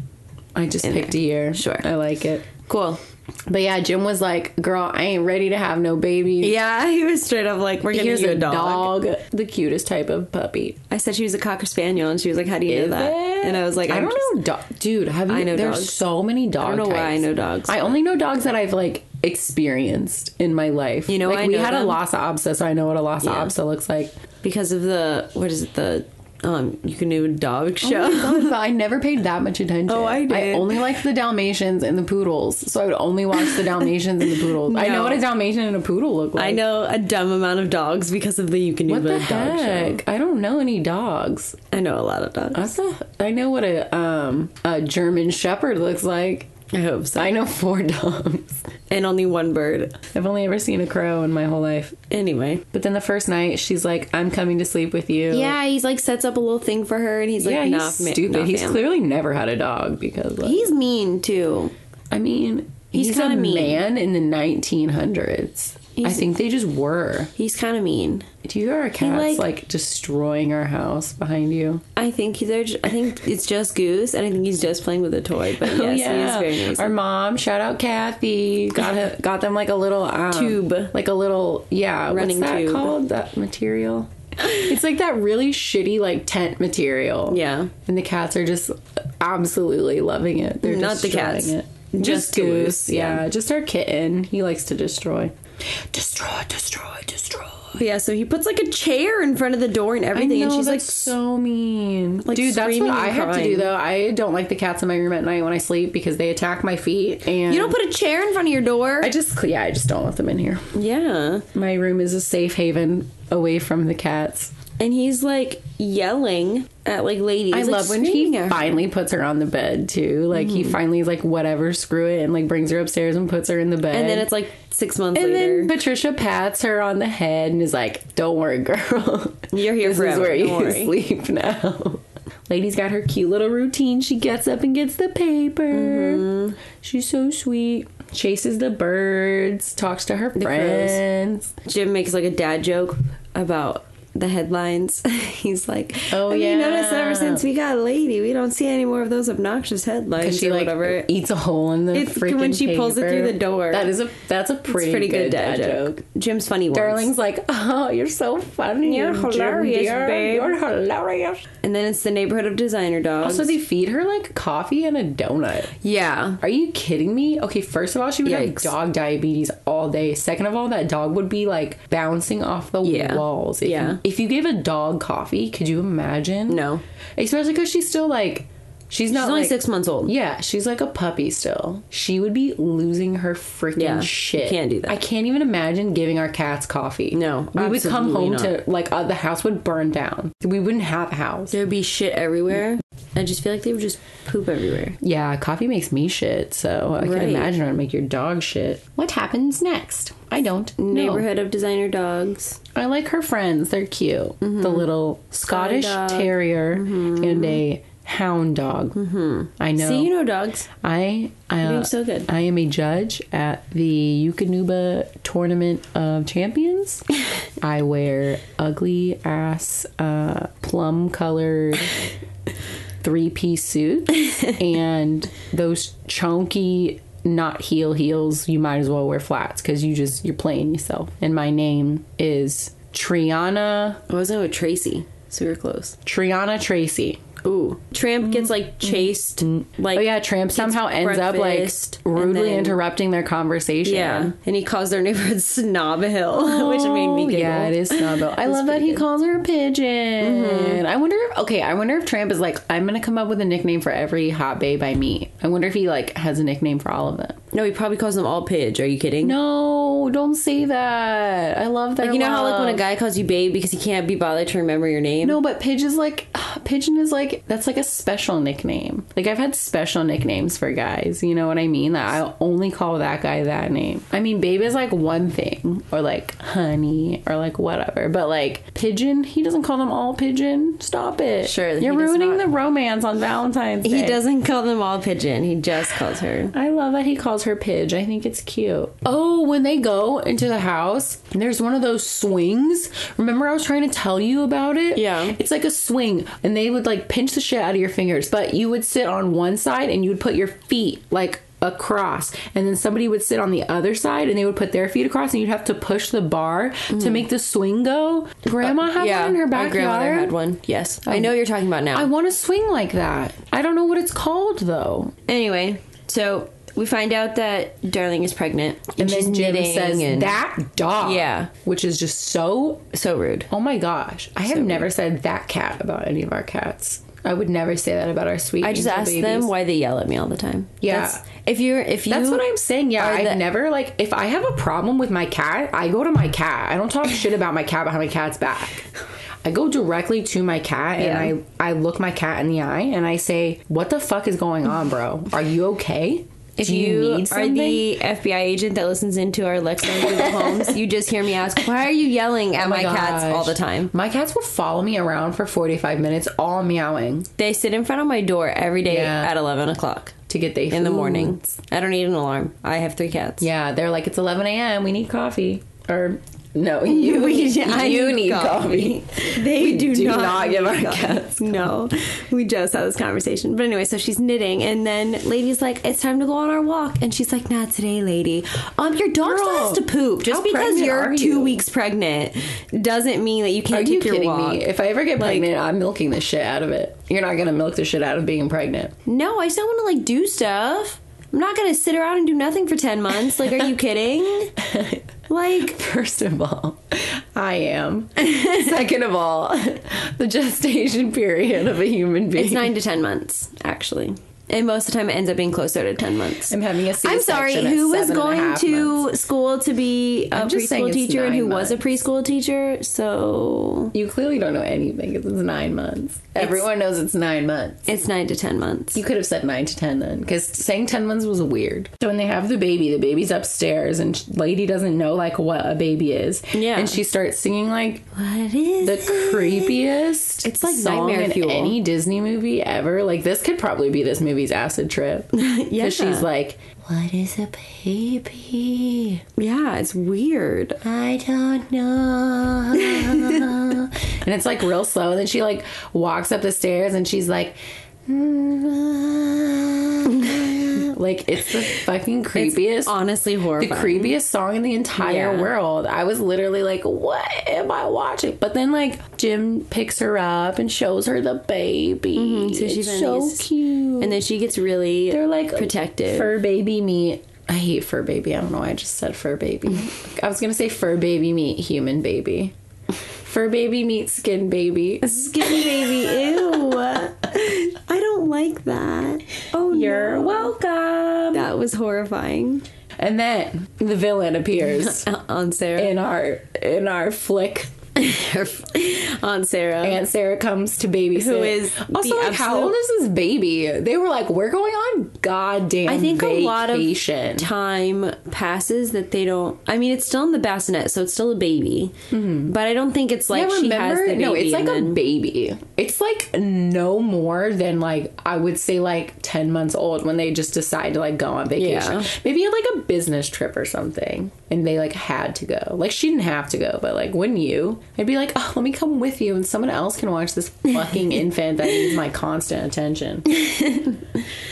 [SPEAKER 1] I just picked
[SPEAKER 2] there.
[SPEAKER 1] a year.
[SPEAKER 2] Sure.
[SPEAKER 1] I like it.
[SPEAKER 2] Cool.
[SPEAKER 1] But yeah, Jim was like, "Girl, I ain't ready to have no babies."
[SPEAKER 2] Yeah, he was straight up like, "We're
[SPEAKER 1] Here's a dog, the cutest type of puppy.
[SPEAKER 2] I said she was a cocker spaniel, and she was like, "How do you
[SPEAKER 1] Is
[SPEAKER 2] know that?"
[SPEAKER 1] it?
[SPEAKER 2] And I was like,
[SPEAKER 1] I
[SPEAKER 2] I'm
[SPEAKER 1] don't know, do- dude. Have you?
[SPEAKER 2] I know
[SPEAKER 1] there's
[SPEAKER 2] dogs.
[SPEAKER 1] so many dogs. I
[SPEAKER 2] don't know why I know dogs,
[SPEAKER 1] I only know dogs that I've like experienced in my life.
[SPEAKER 2] You know
[SPEAKER 1] like
[SPEAKER 2] why I
[SPEAKER 1] we
[SPEAKER 2] know
[SPEAKER 1] had a
[SPEAKER 2] them?
[SPEAKER 1] Lhasa Apso, so I know what a Lhasa
[SPEAKER 2] Yeah.
[SPEAKER 1] Apso looks like.
[SPEAKER 2] just- because of the what is it the um you can do a dog show.
[SPEAKER 1] Oh God, but I never paid that much attention.
[SPEAKER 2] Oh, I
[SPEAKER 1] I
[SPEAKER 2] did.
[SPEAKER 1] only liked the Dalmatians and the poodles, so I would only watch the Dalmatians and the poodles. I know
[SPEAKER 2] No.
[SPEAKER 1] what a Dalmatian and a poodle look like.
[SPEAKER 2] I know a dumb amount of dogs because of the you can do
[SPEAKER 1] What the
[SPEAKER 2] a dog show.
[SPEAKER 1] heck? I don't know any dogs.
[SPEAKER 2] I know a lot of dogs.
[SPEAKER 1] That's a, I know what a um a German Shepherd looks like.
[SPEAKER 2] I hope so.
[SPEAKER 1] I know four dogs.
[SPEAKER 2] and only one bird.
[SPEAKER 1] I've only ever seen a crow in my whole life.
[SPEAKER 2] Anyway.
[SPEAKER 1] But then the first night, she's like, "I'm coming to sleep with you."
[SPEAKER 2] Yeah, he's like sets up a little thing for her, and he's like,
[SPEAKER 1] yeah,
[SPEAKER 2] nah,
[SPEAKER 1] he's
[SPEAKER 2] ma-
[SPEAKER 1] stupid.
[SPEAKER 2] nah,
[SPEAKER 1] he's
[SPEAKER 2] fam.
[SPEAKER 1] clearly never had a dog because, like,
[SPEAKER 2] He's mean too.
[SPEAKER 1] I mean,
[SPEAKER 2] He's
[SPEAKER 1] he's, a
[SPEAKER 2] kinda mean.
[SPEAKER 1] man in the 1900s. I
[SPEAKER 2] He's-
[SPEAKER 1] think they just were.
[SPEAKER 2] He's kind of mean.
[SPEAKER 1] Do you hear our cats
[SPEAKER 2] like-
[SPEAKER 1] like, destroying our house behind you?
[SPEAKER 2] I think they're. ju- I think it's just Goose, and I think he's just playing with a toy. But yes, he is very nice.
[SPEAKER 1] Our mom, shout out Kathy, got her, got them like a little um,
[SPEAKER 2] Tube.
[SPEAKER 1] like a little yeah,
[SPEAKER 2] Running
[SPEAKER 1] what's that
[SPEAKER 2] tube.
[SPEAKER 1] called? That material. It's like that really shitty like tent material.
[SPEAKER 2] Yeah.
[SPEAKER 1] and the cats are just absolutely loving it. They're
[SPEAKER 2] Not the
[SPEAKER 1] destroying
[SPEAKER 2] cats.
[SPEAKER 1] It.
[SPEAKER 2] Just
[SPEAKER 1] Just,
[SPEAKER 2] Toulouse,
[SPEAKER 1] goose. Yeah. just our kitten. He likes to destroy, destroy, destroy, destroy.
[SPEAKER 2] But yeah, so he puts like a chair in front of the door and everything, and she's like,
[SPEAKER 1] so mean.
[SPEAKER 2] like,
[SPEAKER 1] Dude, that's
[SPEAKER 2] screaming
[SPEAKER 1] what
[SPEAKER 2] and
[SPEAKER 1] I have to
[SPEAKER 2] crying.
[SPEAKER 1] do though. I don't like the cats in my room at night when I sleep because they attack my feet. And
[SPEAKER 2] "You don't put a chair in front of your door."
[SPEAKER 1] I just yeah, I just don't let them in here.
[SPEAKER 2] yeah,
[SPEAKER 1] My room is a safe haven away from the cats.
[SPEAKER 2] and he's like yelling at like ladies.
[SPEAKER 1] I
[SPEAKER 2] like,
[SPEAKER 1] love when
[SPEAKER 2] screaming
[SPEAKER 1] he
[SPEAKER 2] at her.
[SPEAKER 1] finally puts her on the bed too. Like he
[SPEAKER 2] Hmm.
[SPEAKER 1] finally is like whatever, screw it, and like brings her upstairs and puts her in the bed.
[SPEAKER 2] and then it's like six months
[SPEAKER 1] and
[SPEAKER 2] later.
[SPEAKER 1] then Patricia pats her on the head and is like, "Don't worry, girl.
[SPEAKER 2] You're here
[SPEAKER 1] this
[SPEAKER 2] forever,
[SPEAKER 1] is where
[SPEAKER 2] don't
[SPEAKER 1] you
[SPEAKER 2] worry."
[SPEAKER 1] sleep now." Lady's got her cute little routine. She gets up and gets the paper.
[SPEAKER 2] Mm-hmm.
[SPEAKER 1] She's so sweet. Chases the birds. Talks to her
[SPEAKER 2] crows.
[SPEAKER 1] friends.
[SPEAKER 2] Jim makes like a dad joke about the headlines. He's like,
[SPEAKER 1] Oh,
[SPEAKER 2] "Have you noticed
[SPEAKER 1] yeah.
[SPEAKER 2] ever since we got Lady, we don't see any more of those obnoxious headlines
[SPEAKER 1] And she
[SPEAKER 2] or
[SPEAKER 1] like
[SPEAKER 2] whatever."
[SPEAKER 1] eats a hole in the
[SPEAKER 2] It's
[SPEAKER 1] freaking
[SPEAKER 2] when she pulls it through
[SPEAKER 1] paper.
[SPEAKER 2] the door.
[SPEAKER 1] That is a that's a
[SPEAKER 2] It's
[SPEAKER 1] pretty,
[SPEAKER 2] a pretty good, dad, joke. Jim's funny ones.
[SPEAKER 1] Darling's like, oh, you're so funny.
[SPEAKER 2] You're
[SPEAKER 1] Jim
[SPEAKER 2] hilarious,
[SPEAKER 1] dear.
[SPEAKER 2] babe."
[SPEAKER 1] You're hilarious.
[SPEAKER 2] And then it's the neighborhood of designer dogs.
[SPEAKER 1] Also, they feed her like coffee and a donut.
[SPEAKER 2] yeah.
[SPEAKER 1] Are you kidding me? Okay, first of all, she would
[SPEAKER 2] Yikes.
[SPEAKER 1] have dog diabetes all day. Second of all, that dog would be like bouncing off the
[SPEAKER 2] Yeah.
[SPEAKER 1] walls. If
[SPEAKER 2] Yeah.
[SPEAKER 1] You, if you gave a dog coffee, could you imagine?
[SPEAKER 2] No.
[SPEAKER 1] Especially because she's still like, she's not
[SPEAKER 2] She's only
[SPEAKER 1] like-
[SPEAKER 2] six months old.
[SPEAKER 1] Yeah, she's like a puppy still. She would be losing her freaking
[SPEAKER 2] Yeah, you
[SPEAKER 1] shit.
[SPEAKER 2] can't do that.
[SPEAKER 1] I can't even imagine giving our cats coffee.
[SPEAKER 2] No,
[SPEAKER 1] we would come
[SPEAKER 2] absolutely
[SPEAKER 1] home
[SPEAKER 2] not.
[SPEAKER 1] to like uh, the house would burn down. We wouldn't have a house.
[SPEAKER 2] There'd be shit everywhere. I just feel like they would just poop everywhere.
[SPEAKER 1] Yeah, coffee makes me shit, so I
[SPEAKER 2] Right.
[SPEAKER 1] can imagine I'd make your dog shit. What happens next? I don't know.
[SPEAKER 2] Neighborhood of designer dogs.
[SPEAKER 1] I
[SPEAKER 2] Mm-hmm.
[SPEAKER 1] like her friends. They're cute. The little Scottish
[SPEAKER 2] dog.
[SPEAKER 1] terrier and a hound dog. Mm-hmm. I know.
[SPEAKER 2] Mm-hmm. See, you know dogs.
[SPEAKER 1] I I
[SPEAKER 2] You're doing so good.
[SPEAKER 1] I am a judge at the Yukonuba Tournament of Champions. I wear ugly ass uh, plum colored three piece suits and those chunky not heel heels. You might as well wear flats because you just you're playing yourself. And my name is Triana
[SPEAKER 2] I was with Tracy, so we were close.
[SPEAKER 1] Triana Tracy.
[SPEAKER 2] Ooh, Mm. Tramp gets like chased. Like,
[SPEAKER 1] Oh yeah, Tramp
[SPEAKER 2] gets
[SPEAKER 1] somehow ends up like
[SPEAKER 2] breakfast, and
[SPEAKER 1] rudely
[SPEAKER 2] then-
[SPEAKER 1] interrupting their conversation.
[SPEAKER 2] Yeah, and he calls their neighborhood Snob Hill, which made me
[SPEAKER 1] Oh,
[SPEAKER 2] giggle.
[SPEAKER 1] Yeah, it is Snobbill. I love that he calls her a pigeon.
[SPEAKER 2] Mm-hmm.
[SPEAKER 1] I wonder if okay, I wonder if Tramp is like, I'm gonna come up with a nickname for every hot babe I meet. I wonder if he like has a nickname for all of them.
[SPEAKER 2] No, he probably calls them all Pidge. Are you kidding?
[SPEAKER 1] No, don't say that. I love that.
[SPEAKER 2] Like, you know how like when a
[SPEAKER 1] love.
[SPEAKER 2] guy calls you babe because he can't be bothered to remember your name.
[SPEAKER 1] No, but Pidge is like Pigeon is like that's like a special nickname. Like I've had special nicknames for guys, you know what I mean? That I only call that guy that name. I mean, babe is like one thing, or like honey, or like whatever. But like pigeon, he doesn't call them all pigeon. Stop it.
[SPEAKER 2] Sure, he
[SPEAKER 1] you're
[SPEAKER 2] does
[SPEAKER 1] ruining
[SPEAKER 2] not.
[SPEAKER 1] the romance on Valentine's Day.
[SPEAKER 2] he doesn't call them all Pigeon. He just calls her.
[SPEAKER 1] I love that he calls her Pidge. I think it's cute. Oh, when they go into the house, there's one of those swings. Remember, I was trying to tell you about it?
[SPEAKER 2] Yeah.
[SPEAKER 1] It's like a swing, and they would like pinch the shit out of your fingers, but you would sit on one side and you would put your feet like across and then somebody would sit on the other side and they would put their feet across and you'd have to push the bar to make the swing go grandma had one in her
[SPEAKER 2] Uh, my grandmother
[SPEAKER 1] backyod.
[SPEAKER 2] had one. Yes, I know what you're talking about now.
[SPEAKER 1] i want to swing like that i don't know what it's called though
[SPEAKER 2] Anyway, so we find out that Darling is pregnant, and,
[SPEAKER 1] and
[SPEAKER 2] she's
[SPEAKER 1] then Jim
[SPEAKER 2] knitting
[SPEAKER 1] says
[SPEAKER 2] and
[SPEAKER 1] that dog.
[SPEAKER 2] Yeah.
[SPEAKER 1] which is just so.
[SPEAKER 2] so rude.
[SPEAKER 1] Oh my gosh, I have never said that cat about any of our cats. I would never say that about our sweet.
[SPEAKER 2] I just
[SPEAKER 1] angel
[SPEAKER 2] ask
[SPEAKER 1] babies.
[SPEAKER 2] them why they yell at me all the time.
[SPEAKER 1] Yeah.
[SPEAKER 2] That's- if you're if you
[SPEAKER 1] That's what I'm saying. Yeah,
[SPEAKER 2] are
[SPEAKER 1] I've
[SPEAKER 2] the-
[SPEAKER 1] never like if I have a problem with my cat, I go to my cat. I don't talk shit about my cat behind my cat's back. I go directly to my cat and I I look my cat in the eye and I say, "What the fuck is going on, bro? Are you okay?
[SPEAKER 2] If
[SPEAKER 1] Do
[SPEAKER 2] you,
[SPEAKER 1] need
[SPEAKER 2] are the FBI agent that listens into our Lex on Google Homes, you just hear me ask, "Why are you yelling at my, cats all
[SPEAKER 1] Oh gosh.
[SPEAKER 2] the time?"
[SPEAKER 1] My cats will follow me around for 45 minutes, all meowing
[SPEAKER 2] They sit in front of my door every day
[SPEAKER 1] Yeah.
[SPEAKER 2] at eleven o'clock
[SPEAKER 1] to get they
[SPEAKER 2] in the morning. I don't need an alarm. I have three cats.
[SPEAKER 1] Yeah, they're like, it's 11 a.m. We need coffee. Or, no, you,
[SPEAKER 2] I
[SPEAKER 1] you
[SPEAKER 2] need
[SPEAKER 1] need coffee.
[SPEAKER 2] They do,
[SPEAKER 1] do
[SPEAKER 2] not,
[SPEAKER 1] not give our
[SPEAKER 2] God.
[SPEAKER 1] cats
[SPEAKER 2] No, we just had this conversation. But anyway, so she's knitting, and then Lady's like, "It's time to go on our walk," and she's like, "Not today, Lady. Um, your dog still
[SPEAKER 1] Girl,
[SPEAKER 2] has to poop. Just
[SPEAKER 1] how
[SPEAKER 2] because
[SPEAKER 1] pregnant
[SPEAKER 2] you're
[SPEAKER 1] are
[SPEAKER 2] two
[SPEAKER 1] you?
[SPEAKER 2] weeks pregnant doesn't mean that you
[SPEAKER 1] Are
[SPEAKER 2] can't
[SPEAKER 1] you
[SPEAKER 2] take your
[SPEAKER 1] kidding
[SPEAKER 2] walk."
[SPEAKER 1] me? If I ever get pregnant, I'm milking the shit out of it. You're not gonna milk the shit out of being pregnant.
[SPEAKER 2] No, I still want to like do stuff. I'm not gonna sit around and do nothing for ten months. Like, are you kidding? Like,
[SPEAKER 1] First of all, I am. Second of all, the gestation period of a human being.
[SPEAKER 2] it's nine to ten months actually, and most of the time it ends up being closer to ten months.
[SPEAKER 1] I'm having a C-section.
[SPEAKER 2] I'm sorry.
[SPEAKER 1] at
[SPEAKER 2] Who was
[SPEAKER 1] seven and a
[SPEAKER 2] going
[SPEAKER 1] half months.
[SPEAKER 2] to school to be a
[SPEAKER 1] I'm just saying
[SPEAKER 2] preschool
[SPEAKER 1] it's
[SPEAKER 2] teacher and
[SPEAKER 1] nine
[SPEAKER 2] who was a preschool teacher? So
[SPEAKER 1] You clearly don't know anything because it's nine months. Everyone knows it's nine months.
[SPEAKER 2] it's nine to ten months.
[SPEAKER 1] You could have said nine to ten then, because saying ten months was weird. So when they have the baby, the baby's upstairs, and sh- lady doesn't know like what a baby is.
[SPEAKER 2] Yeah.
[SPEAKER 1] and she starts singing like
[SPEAKER 2] what is
[SPEAKER 1] the
[SPEAKER 2] it?
[SPEAKER 1] creepiest.
[SPEAKER 2] It's like
[SPEAKER 1] song
[SPEAKER 2] nightmare
[SPEAKER 1] in
[SPEAKER 2] fuel.
[SPEAKER 1] any Disney movie ever. Like this could probably be this movie's acid trip.
[SPEAKER 2] Yeah.
[SPEAKER 1] she's like,
[SPEAKER 3] What is a baby?
[SPEAKER 2] Yeah, it's weird.
[SPEAKER 3] I don't know.
[SPEAKER 1] and it's like real slow. And then she like walks up the stairs, and she's like. Like it's the fucking creepiest.
[SPEAKER 2] Honestly,
[SPEAKER 1] the
[SPEAKER 2] horrifying.
[SPEAKER 1] creepiest song in the entire
[SPEAKER 2] Yeah.
[SPEAKER 1] world. I was literally like, what am I watching? But then like Jim picks her up and shows her the baby.
[SPEAKER 2] Mm-hmm. so she
[SPEAKER 1] it's
[SPEAKER 2] finally
[SPEAKER 1] so
[SPEAKER 2] gets-
[SPEAKER 1] cute.
[SPEAKER 2] and then she gets really
[SPEAKER 1] They're like
[SPEAKER 2] protective.
[SPEAKER 1] fur baby meat. I hate fur baby. I don't know why I just said fur baby. I was gonna say fur baby meat human baby. Fur baby meat skin baby.
[SPEAKER 2] Oh, skinny baby. Ew. I don't like that. Oh,
[SPEAKER 1] You're
[SPEAKER 2] no.
[SPEAKER 1] welcome.
[SPEAKER 2] That was horrifying.
[SPEAKER 1] And then the villain appears
[SPEAKER 2] Uh, on Sarah.
[SPEAKER 1] in our in our flick
[SPEAKER 2] Aunt Sarah.
[SPEAKER 1] Aunt Sarah comes to babysit.
[SPEAKER 2] Who is
[SPEAKER 1] also
[SPEAKER 2] the
[SPEAKER 1] like, how
[SPEAKER 2] absolute-
[SPEAKER 1] old is this baby? They were like, we're going on goddamn.
[SPEAKER 2] I think
[SPEAKER 1] vacation.
[SPEAKER 2] a lot of time passes that they don't. I mean, it's still in the bassinet, so it's still a baby. But I don't think it's like
[SPEAKER 1] yeah,
[SPEAKER 2] she has the
[SPEAKER 1] remember?
[SPEAKER 2] baby.
[SPEAKER 1] No, it's like
[SPEAKER 2] and
[SPEAKER 1] a
[SPEAKER 2] then-
[SPEAKER 1] baby. It's like no more than like I would say like ten months old when they just decide to like go on vacation.
[SPEAKER 2] Yeah.
[SPEAKER 1] Maybe like a business trip or something, and they like had to go. Like she didn't have to go, but like wouldn't you? I'd be like, oh, let me come with you, and someone else can watch this fucking infant that needs my constant attention.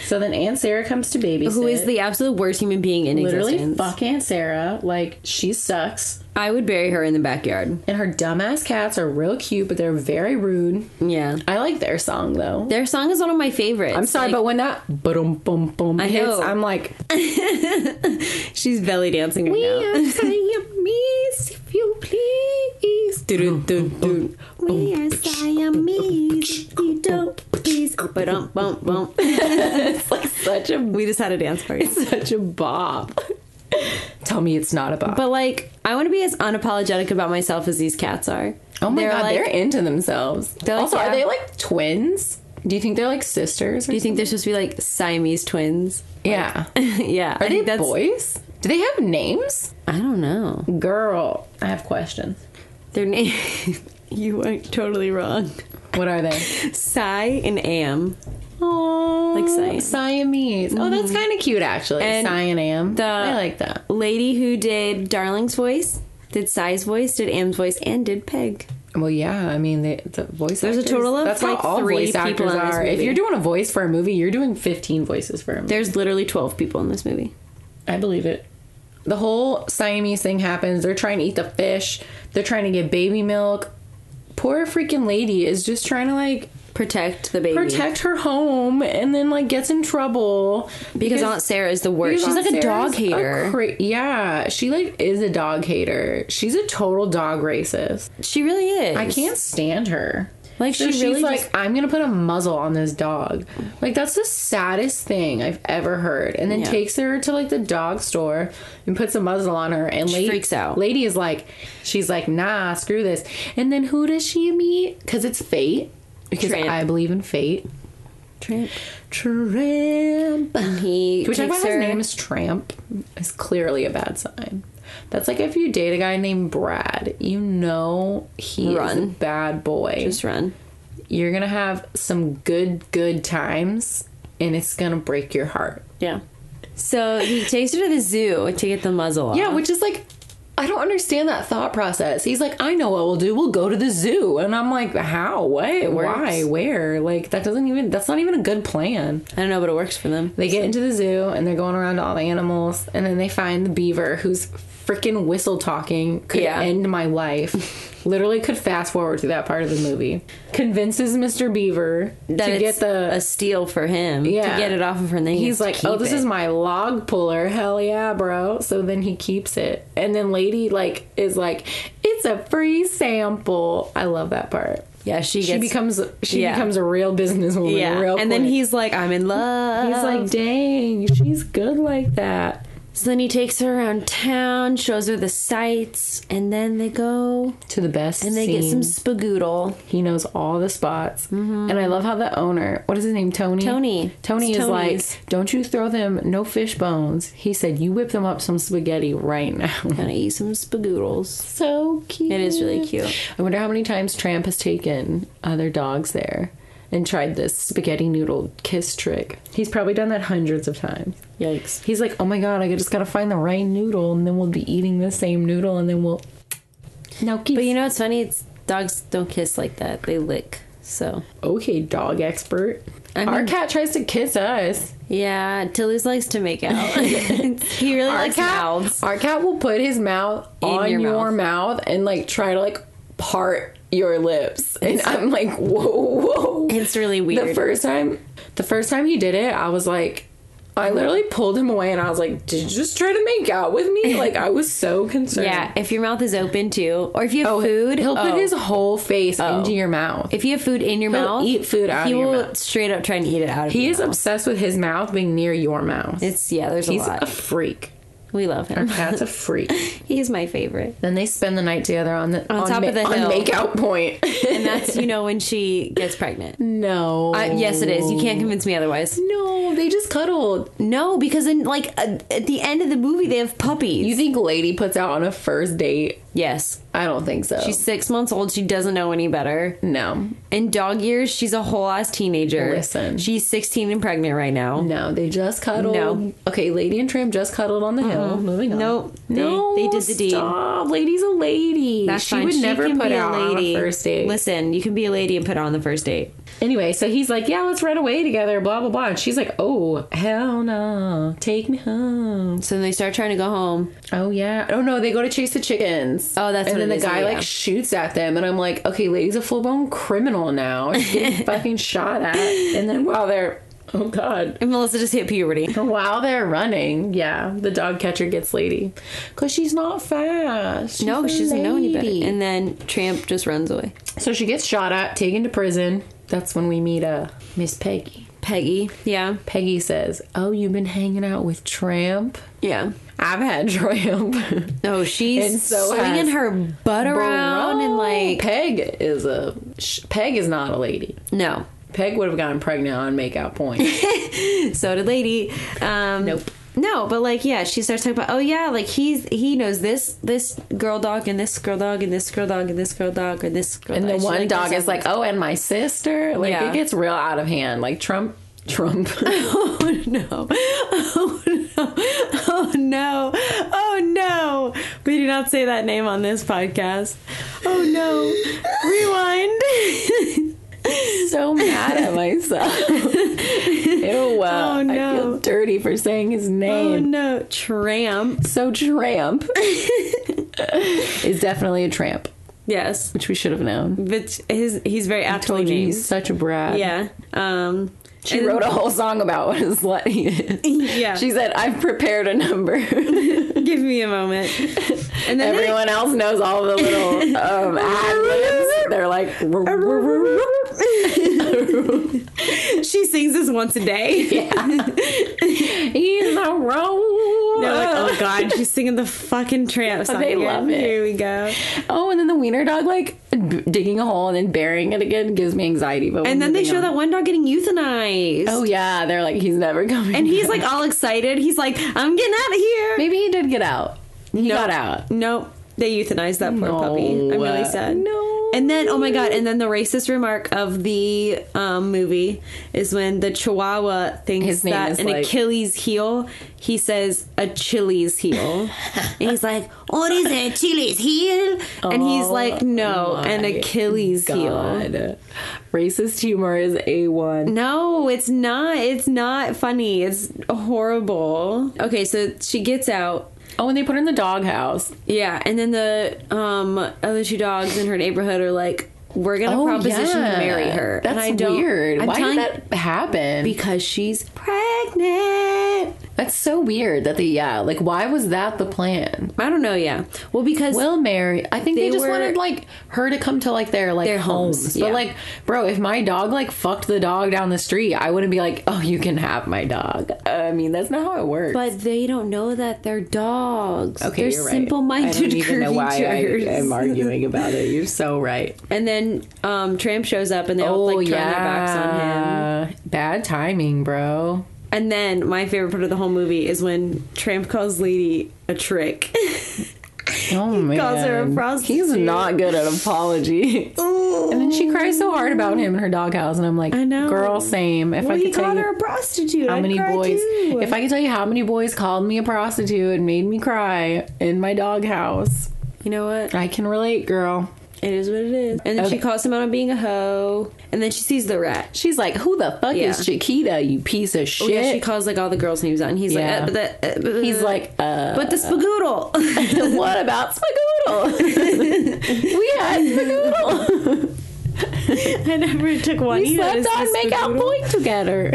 [SPEAKER 1] so then Aunt Sarah comes to babysit.
[SPEAKER 2] who is the absolute worst human being in
[SPEAKER 1] literally
[SPEAKER 2] existence.
[SPEAKER 1] fuck Aunt Sarah? Like she sucks.
[SPEAKER 2] I would bury her in the backyard.
[SPEAKER 1] And her dumbass cats are real cute, but they're very rude.
[SPEAKER 2] Yeah.
[SPEAKER 1] I like their song though.
[SPEAKER 2] Their song is one of my favorites.
[SPEAKER 1] I'm sorry, but when that boom boom boom hits,
[SPEAKER 2] know.
[SPEAKER 1] I'm like,
[SPEAKER 2] she's belly dancing right now.
[SPEAKER 1] are Siamese, if you please.
[SPEAKER 2] Doo-doo-doo-doo. We are Siamese. if You don't please. Ba-dum, bum, bum.
[SPEAKER 1] It's like such a
[SPEAKER 2] We just had a dance party.
[SPEAKER 1] such a bop. Tell me it's not a bop.
[SPEAKER 2] But like, I want to be as unapologetic about myself as these cats are.
[SPEAKER 1] oh my
[SPEAKER 2] They're
[SPEAKER 1] god,
[SPEAKER 2] like-
[SPEAKER 1] they're into themselves.
[SPEAKER 2] They're like,
[SPEAKER 1] also,
[SPEAKER 2] yeah.
[SPEAKER 1] are they like twins? Do you think they're like sisters? Or
[SPEAKER 2] Do you think they're supposed to be like Siamese twins?
[SPEAKER 1] Yeah.
[SPEAKER 2] yeah.
[SPEAKER 1] Are they boys? Do they have names?
[SPEAKER 2] I don't know.
[SPEAKER 1] Girl, I have questions.
[SPEAKER 2] Their name. you are totally wrong.
[SPEAKER 1] What are they?
[SPEAKER 2] Sai and Am.
[SPEAKER 1] Oh,
[SPEAKER 2] Like Cyan.
[SPEAKER 1] Siamese. Oh, that's kind of cute, actually.
[SPEAKER 2] And
[SPEAKER 1] Cyanam.
[SPEAKER 2] the-
[SPEAKER 1] I like that.
[SPEAKER 2] Lady who did Darling's voice, did Sai's voice, did Am's voice, and did Peg.
[SPEAKER 1] Well, yeah. I mean, the, the voice.
[SPEAKER 2] There's a
[SPEAKER 1] actors-
[SPEAKER 2] total of,
[SPEAKER 1] that's
[SPEAKER 2] like,
[SPEAKER 1] how all voice
[SPEAKER 2] three people
[SPEAKER 1] actors
[SPEAKER 2] in this
[SPEAKER 1] are. If
[SPEAKER 2] movie.
[SPEAKER 1] you're doing a voice for a movie, you're doing 15 voices for a movie.
[SPEAKER 2] There's literally 12 people in this movie.
[SPEAKER 1] I believe it. The whole Siamese thing happens. They're trying to eat the fish. They're trying to get baby milk. Poor freaking lady is just trying to like
[SPEAKER 2] Protect the baby.
[SPEAKER 1] protect her home, and then like gets in trouble
[SPEAKER 2] Because Aunt Sarah is the worst.
[SPEAKER 1] Because
[SPEAKER 2] She's like
[SPEAKER 1] Aunt
[SPEAKER 2] a
[SPEAKER 1] Sarah's
[SPEAKER 2] dog
[SPEAKER 1] a
[SPEAKER 2] hater.
[SPEAKER 1] cra- yeah, she like is a dog hater. She's a total dog racist.
[SPEAKER 2] she really is.
[SPEAKER 1] I can't stand her.
[SPEAKER 2] Like,
[SPEAKER 1] So
[SPEAKER 2] she
[SPEAKER 1] she's
[SPEAKER 2] really
[SPEAKER 1] like,
[SPEAKER 2] just-
[SPEAKER 1] I'm gonna put a muzzle on this dog. Like that's the saddest thing I've ever heard. And then
[SPEAKER 2] Yeah.
[SPEAKER 1] takes her to like the dog store and puts a muzzle on her. And lady
[SPEAKER 2] freaks out.
[SPEAKER 1] Lady is like, she's like, nah, screw this. And then who does she meet? Because it's fate. Because
[SPEAKER 2] Tramp.
[SPEAKER 1] I believe in fate.
[SPEAKER 2] Tramp.
[SPEAKER 1] Tramp.
[SPEAKER 2] He
[SPEAKER 1] Can we talk
[SPEAKER 2] takes
[SPEAKER 1] about his
[SPEAKER 2] her-
[SPEAKER 1] name is Tramp? It's clearly a bad sign. That's like if you date a guy named Brad, you know he is a
[SPEAKER 2] Run.
[SPEAKER 1] bad boy.
[SPEAKER 2] Just run.
[SPEAKER 1] You're gonna have some good, good times, and it's gonna break your heart.
[SPEAKER 2] Yeah. So he takes her to the zoo to get the muzzle off.
[SPEAKER 1] Yeah, which is like, I don't understand that thought process. He's like, I know what we'll do. We'll go to the zoo, and I'm like, how? What?
[SPEAKER 2] works.
[SPEAKER 1] Why? Where? Like that doesn't even. That's not even a good plan.
[SPEAKER 2] I don't know, but it works for them.
[SPEAKER 1] They get into the zoo and they're going around to all the animals, and then they find the beaver who's freaking whistle talking could
[SPEAKER 2] Yeah.
[SPEAKER 1] end my life. Literally, could fast forward through that part of the movie. Convinces Mr. Beaver
[SPEAKER 2] That
[SPEAKER 1] to get
[SPEAKER 2] it's
[SPEAKER 1] the.
[SPEAKER 2] a steal for him
[SPEAKER 1] Yeah.
[SPEAKER 2] to get it off of her. Thing
[SPEAKER 1] he's like, oh, this is
[SPEAKER 2] is
[SPEAKER 1] my log puller. Hell yeah, bro. So then he keeps it, and then Lady like is like, it's a free sample. I love that part.
[SPEAKER 2] yeah. She gets
[SPEAKER 1] She becomes she
[SPEAKER 2] yeah.
[SPEAKER 1] becomes a real businesswoman.
[SPEAKER 2] yeah,
[SPEAKER 1] real
[SPEAKER 2] and then
[SPEAKER 1] quick.
[SPEAKER 2] he's like, I'm in love.
[SPEAKER 1] he's like, dang, she's good like that.
[SPEAKER 2] so then he takes her around town, shows her the sights, and then they go
[SPEAKER 1] to the best
[SPEAKER 2] and they get some spagoodle.
[SPEAKER 1] he knows all the spots and i love how the owner what is his name tony
[SPEAKER 2] Tony.
[SPEAKER 1] tony
[SPEAKER 2] It's
[SPEAKER 1] is
[SPEAKER 2] Tony's.
[SPEAKER 1] like don't you throw them no fish bones he said you whip them up some spaghetti right now
[SPEAKER 2] Gonna eat some spagoodles.
[SPEAKER 1] so cute
[SPEAKER 2] It is really cute.
[SPEAKER 1] i wonder how many times tramp has taken other dogs there and tried this spaghetti noodle kiss trick he's probably done that hundreds of times
[SPEAKER 2] Yikes!
[SPEAKER 1] he's like oh my god i just gotta find the right noodle and then we'll be eating the same noodle and then we'll now keep
[SPEAKER 2] But you know what's funny? It's dogs don't kiss like that. They lick. So
[SPEAKER 1] okay, dog expert.
[SPEAKER 2] I
[SPEAKER 1] our
[SPEAKER 2] mean-
[SPEAKER 1] cat tries to kiss us.
[SPEAKER 2] yeah, Tilly's likes to make out. he really
[SPEAKER 1] Our
[SPEAKER 2] likes
[SPEAKER 1] cat,
[SPEAKER 2] mouths.
[SPEAKER 1] our cat will put his mouth
[SPEAKER 2] In
[SPEAKER 1] on your,
[SPEAKER 2] your
[SPEAKER 1] mouth. and like try to like part your lips, and I'm like, whoa, whoa.
[SPEAKER 2] It's really
[SPEAKER 1] The
[SPEAKER 2] weird.
[SPEAKER 1] first time, the first time he did it, I was like. I literally pulled him away and I was like, "Did you just try to make out with me?" Like I was so concerned.
[SPEAKER 2] Yeah, if your mouth is open too, or if you have
[SPEAKER 1] Oh,
[SPEAKER 2] food,
[SPEAKER 1] He'll
[SPEAKER 2] oh.
[SPEAKER 1] put his whole face into your mouth.
[SPEAKER 2] If you have food in your
[SPEAKER 1] He'll
[SPEAKER 2] mouth,
[SPEAKER 1] eat food out
[SPEAKER 2] he
[SPEAKER 1] of your
[SPEAKER 2] will
[SPEAKER 1] mouth.
[SPEAKER 2] straight up try and eat it out of.
[SPEAKER 1] he
[SPEAKER 2] your
[SPEAKER 1] is
[SPEAKER 2] mouth.
[SPEAKER 1] obsessed with his mouth being near your mouth.
[SPEAKER 2] It's yeah. There's
[SPEAKER 1] He's
[SPEAKER 2] a lot.
[SPEAKER 1] a freak.
[SPEAKER 2] We love
[SPEAKER 1] Our
[SPEAKER 2] him.
[SPEAKER 1] cat's a freak.
[SPEAKER 2] He's my favorite.
[SPEAKER 1] then they spend the night together on the on,
[SPEAKER 2] top of the
[SPEAKER 1] on
[SPEAKER 2] hill.
[SPEAKER 1] makeout point.
[SPEAKER 2] And that's, you know, when she gets pregnant.
[SPEAKER 1] no.
[SPEAKER 2] Uh, yes, it is. You can't convince me otherwise.
[SPEAKER 1] No, they just cuddled.
[SPEAKER 2] No, because in like uh, at the end of the movie, they have puppies.
[SPEAKER 1] You think Lady puts out on a first date?
[SPEAKER 2] yes,
[SPEAKER 1] I don't think so.
[SPEAKER 2] she's six months old. She doesn't know any better.
[SPEAKER 1] no,
[SPEAKER 2] In dog years, she's a whole ass teenager.
[SPEAKER 1] Listen.
[SPEAKER 2] she's sixteen and pregnant right now.
[SPEAKER 1] no. They just cuddled.
[SPEAKER 2] No.
[SPEAKER 1] Okay, Lady and Trim just cuddled on the hill. Mm-hmm. Moving on.
[SPEAKER 2] Nope. They-
[SPEAKER 1] No,
[SPEAKER 2] they did the deed.
[SPEAKER 1] Stop. Lady's a lady.
[SPEAKER 2] That's
[SPEAKER 1] she
[SPEAKER 2] fine.
[SPEAKER 1] would never
[SPEAKER 2] can
[SPEAKER 1] put
[SPEAKER 2] be
[SPEAKER 1] out on a first date.
[SPEAKER 2] Listen, you can be a lady and put it on the first date.
[SPEAKER 1] Anyway, so he's like, "Yeah, let's run away together." Blah blah blah. And she's like, "Oh hell no, take me home."
[SPEAKER 2] So then they start trying to go home.
[SPEAKER 1] Oh yeah. Oh no, they go to chase the chickens.
[SPEAKER 2] Oh, that's
[SPEAKER 1] and
[SPEAKER 2] what
[SPEAKER 1] then
[SPEAKER 2] it
[SPEAKER 1] the
[SPEAKER 2] is,
[SPEAKER 1] guy
[SPEAKER 2] yeah.
[SPEAKER 1] like shoots at them, and I'm like, "Okay, lady's a full blown criminal now. She's getting fucking shot at." And then while they're, oh god.
[SPEAKER 2] And Melissa just hit puberty.
[SPEAKER 1] While they're running, yeah, the dog catcher gets lady because she's not fast.
[SPEAKER 2] No,
[SPEAKER 1] She's a
[SPEAKER 2] she doesn't know any
[SPEAKER 1] lady.
[SPEAKER 2] better. And then Tramp just runs away.
[SPEAKER 1] So she gets shot at, taken to prison. That's when we meet uh, Miss Peggy.
[SPEAKER 2] Peggy. Yeah.
[SPEAKER 1] Peggy says, "Oh, you've been hanging out with Tramp.
[SPEAKER 2] Yeah.
[SPEAKER 1] I've had Tramp.
[SPEAKER 2] Oh,
[SPEAKER 1] And
[SPEAKER 2] she's
[SPEAKER 1] so
[SPEAKER 2] swinging
[SPEAKER 1] has
[SPEAKER 2] her butt around and like
[SPEAKER 1] Peg is a sh- Peg is not a lady.
[SPEAKER 2] no.
[SPEAKER 1] Peg would have gotten pregnant on makeout point.
[SPEAKER 2] So did Lady. Um,
[SPEAKER 1] Nope.
[SPEAKER 2] No, but like yeah, she starts talking about oh yeah, like he's he knows this this girl dog and this girl dog and this girl dog and this girl dog and this girl.
[SPEAKER 1] and
[SPEAKER 2] dog.
[SPEAKER 1] the
[SPEAKER 2] She,
[SPEAKER 1] one
[SPEAKER 2] like,
[SPEAKER 1] dog
[SPEAKER 2] does
[SPEAKER 1] is like, "Oh, and my sister." Like
[SPEAKER 2] Yeah.
[SPEAKER 1] it gets real out of hand. Like Trump, Trump.
[SPEAKER 2] Oh no. Oh no. Oh no. Oh no. We do not say that name on this podcast. Oh no. Rewind.
[SPEAKER 1] so mad at myself. Ew, uh,
[SPEAKER 2] Oh,
[SPEAKER 1] I
[SPEAKER 2] no.
[SPEAKER 1] feel dirty for saying his
[SPEAKER 2] oh
[SPEAKER 1] name.
[SPEAKER 2] no. Tramp.
[SPEAKER 1] So Tramp is definitely a tramp,
[SPEAKER 2] Yes.
[SPEAKER 1] which we should have known.
[SPEAKER 2] But his he's very aptly
[SPEAKER 1] Told you
[SPEAKER 2] named.
[SPEAKER 1] he's such a brat.
[SPEAKER 2] Yeah. Um
[SPEAKER 1] She wrote a whole song about what a slut he is.
[SPEAKER 2] Yeah.
[SPEAKER 1] She said, I've prepared a number.
[SPEAKER 2] Give me a moment. And then
[SPEAKER 1] Everyone else knows all the little um, ad libs. They're like, "Roop, roop, roop, roop."
[SPEAKER 2] she sings this once a day.
[SPEAKER 1] he's a roll.
[SPEAKER 2] They're like, oh god, she's singing the fucking tramp song.
[SPEAKER 1] They
[SPEAKER 2] again.
[SPEAKER 1] love it.
[SPEAKER 2] Here we go.
[SPEAKER 1] Oh, and then the wiener dog, like, b- digging a hole and then burying it again gives me anxiety. But
[SPEAKER 2] And then they show
[SPEAKER 1] that.
[SPEAKER 2] that one dog getting euthanized.
[SPEAKER 1] Oh, yeah. They're like, he's never coming.
[SPEAKER 2] And he's like all excited. He's like, I'm getting out of here.
[SPEAKER 1] Maybe he did get out. He got out.
[SPEAKER 2] Nope. They euthanized that poor
[SPEAKER 1] No.
[SPEAKER 2] puppy. I'm really sad.
[SPEAKER 1] No.
[SPEAKER 2] And then, oh my god! And then the racist remark of the um, movie is when the Chihuahua thinks
[SPEAKER 1] His name
[SPEAKER 2] that
[SPEAKER 1] is
[SPEAKER 2] an
[SPEAKER 1] like-
[SPEAKER 2] Achilles heel, he says Achilles heel, and he's like, "What is it, Achilles heel?" And he's like, "No, an
[SPEAKER 1] Oh my
[SPEAKER 2] Achilles heel."
[SPEAKER 1] God. Racist humor is A1.
[SPEAKER 2] No, it's not. It's not funny. It's horrible. Okay, so she gets out.
[SPEAKER 1] Oh, and they put her in the doghouse.
[SPEAKER 2] Yeah, and then the um, other two dogs in her neighborhood are like, "We're gonna proposition to marry her."
[SPEAKER 1] Oh, That's
[SPEAKER 2] and I don't,
[SPEAKER 1] weird.
[SPEAKER 2] I'm
[SPEAKER 1] Why
[SPEAKER 2] telling
[SPEAKER 1] did that happen?
[SPEAKER 2] Because she's pregnant.
[SPEAKER 1] That's so weird that they, yeah, like, why was that the plan?
[SPEAKER 2] I don't know. Yeah. Well, because
[SPEAKER 1] Will marry. I think they,
[SPEAKER 2] They
[SPEAKER 1] just
[SPEAKER 2] were-
[SPEAKER 1] wanted, like, her to come to, like, their, like,
[SPEAKER 2] Their homes,
[SPEAKER 1] homes. But,
[SPEAKER 2] yeah.
[SPEAKER 1] like, bro, if my dog, like, fucked the dog down the street, I wouldn't be like, oh, you can have my dog. I mean, that's not how it works.
[SPEAKER 2] but they don't know that they're dogs.
[SPEAKER 1] Okay,
[SPEAKER 2] they're
[SPEAKER 1] you're right.
[SPEAKER 2] simple-minded
[SPEAKER 1] I don't even know why I
[SPEAKER 2] creatures.
[SPEAKER 1] am arguing about it. You're so right.
[SPEAKER 2] and then um, Tramp shows up, and they all like turn their backs on him.
[SPEAKER 1] Oh, yeah. Bad timing, bro.
[SPEAKER 2] And then my favorite part of the whole movie is when Tramp calls Lady a trick.
[SPEAKER 1] Oh man,
[SPEAKER 2] calls her a prostitute.
[SPEAKER 1] he's not good at apologies. and then she cries so hard about him in her doghouse, and I'm like,
[SPEAKER 2] I know.
[SPEAKER 1] girl, same. If
[SPEAKER 2] well,
[SPEAKER 1] I
[SPEAKER 2] he
[SPEAKER 1] could tell
[SPEAKER 2] called
[SPEAKER 1] you
[SPEAKER 2] her a prostitute.
[SPEAKER 1] how
[SPEAKER 2] I'd
[SPEAKER 1] many
[SPEAKER 2] cry
[SPEAKER 1] boys,
[SPEAKER 2] too.
[SPEAKER 1] if I could tell you how many boys called me a prostitute and made me cry in my doghouse,
[SPEAKER 2] you know what?
[SPEAKER 1] I can relate, girl.
[SPEAKER 2] It is what it is. And then
[SPEAKER 1] Okay.
[SPEAKER 2] she calls him out on being a hoe. And then she sees the rat.
[SPEAKER 1] She's like, who the fuck
[SPEAKER 2] Yeah.
[SPEAKER 1] is Chiquita? You piece of shit.
[SPEAKER 2] Oh, yeah, she calls like all the girls' names out, and he's
[SPEAKER 1] Yeah.
[SPEAKER 2] like, uh, but the, uh, but-
[SPEAKER 1] He's like, uh,
[SPEAKER 2] but the spagoodle.
[SPEAKER 1] what about Spagoodle? we had Spagoodle.
[SPEAKER 2] I never took one.
[SPEAKER 1] We slept on make out point together.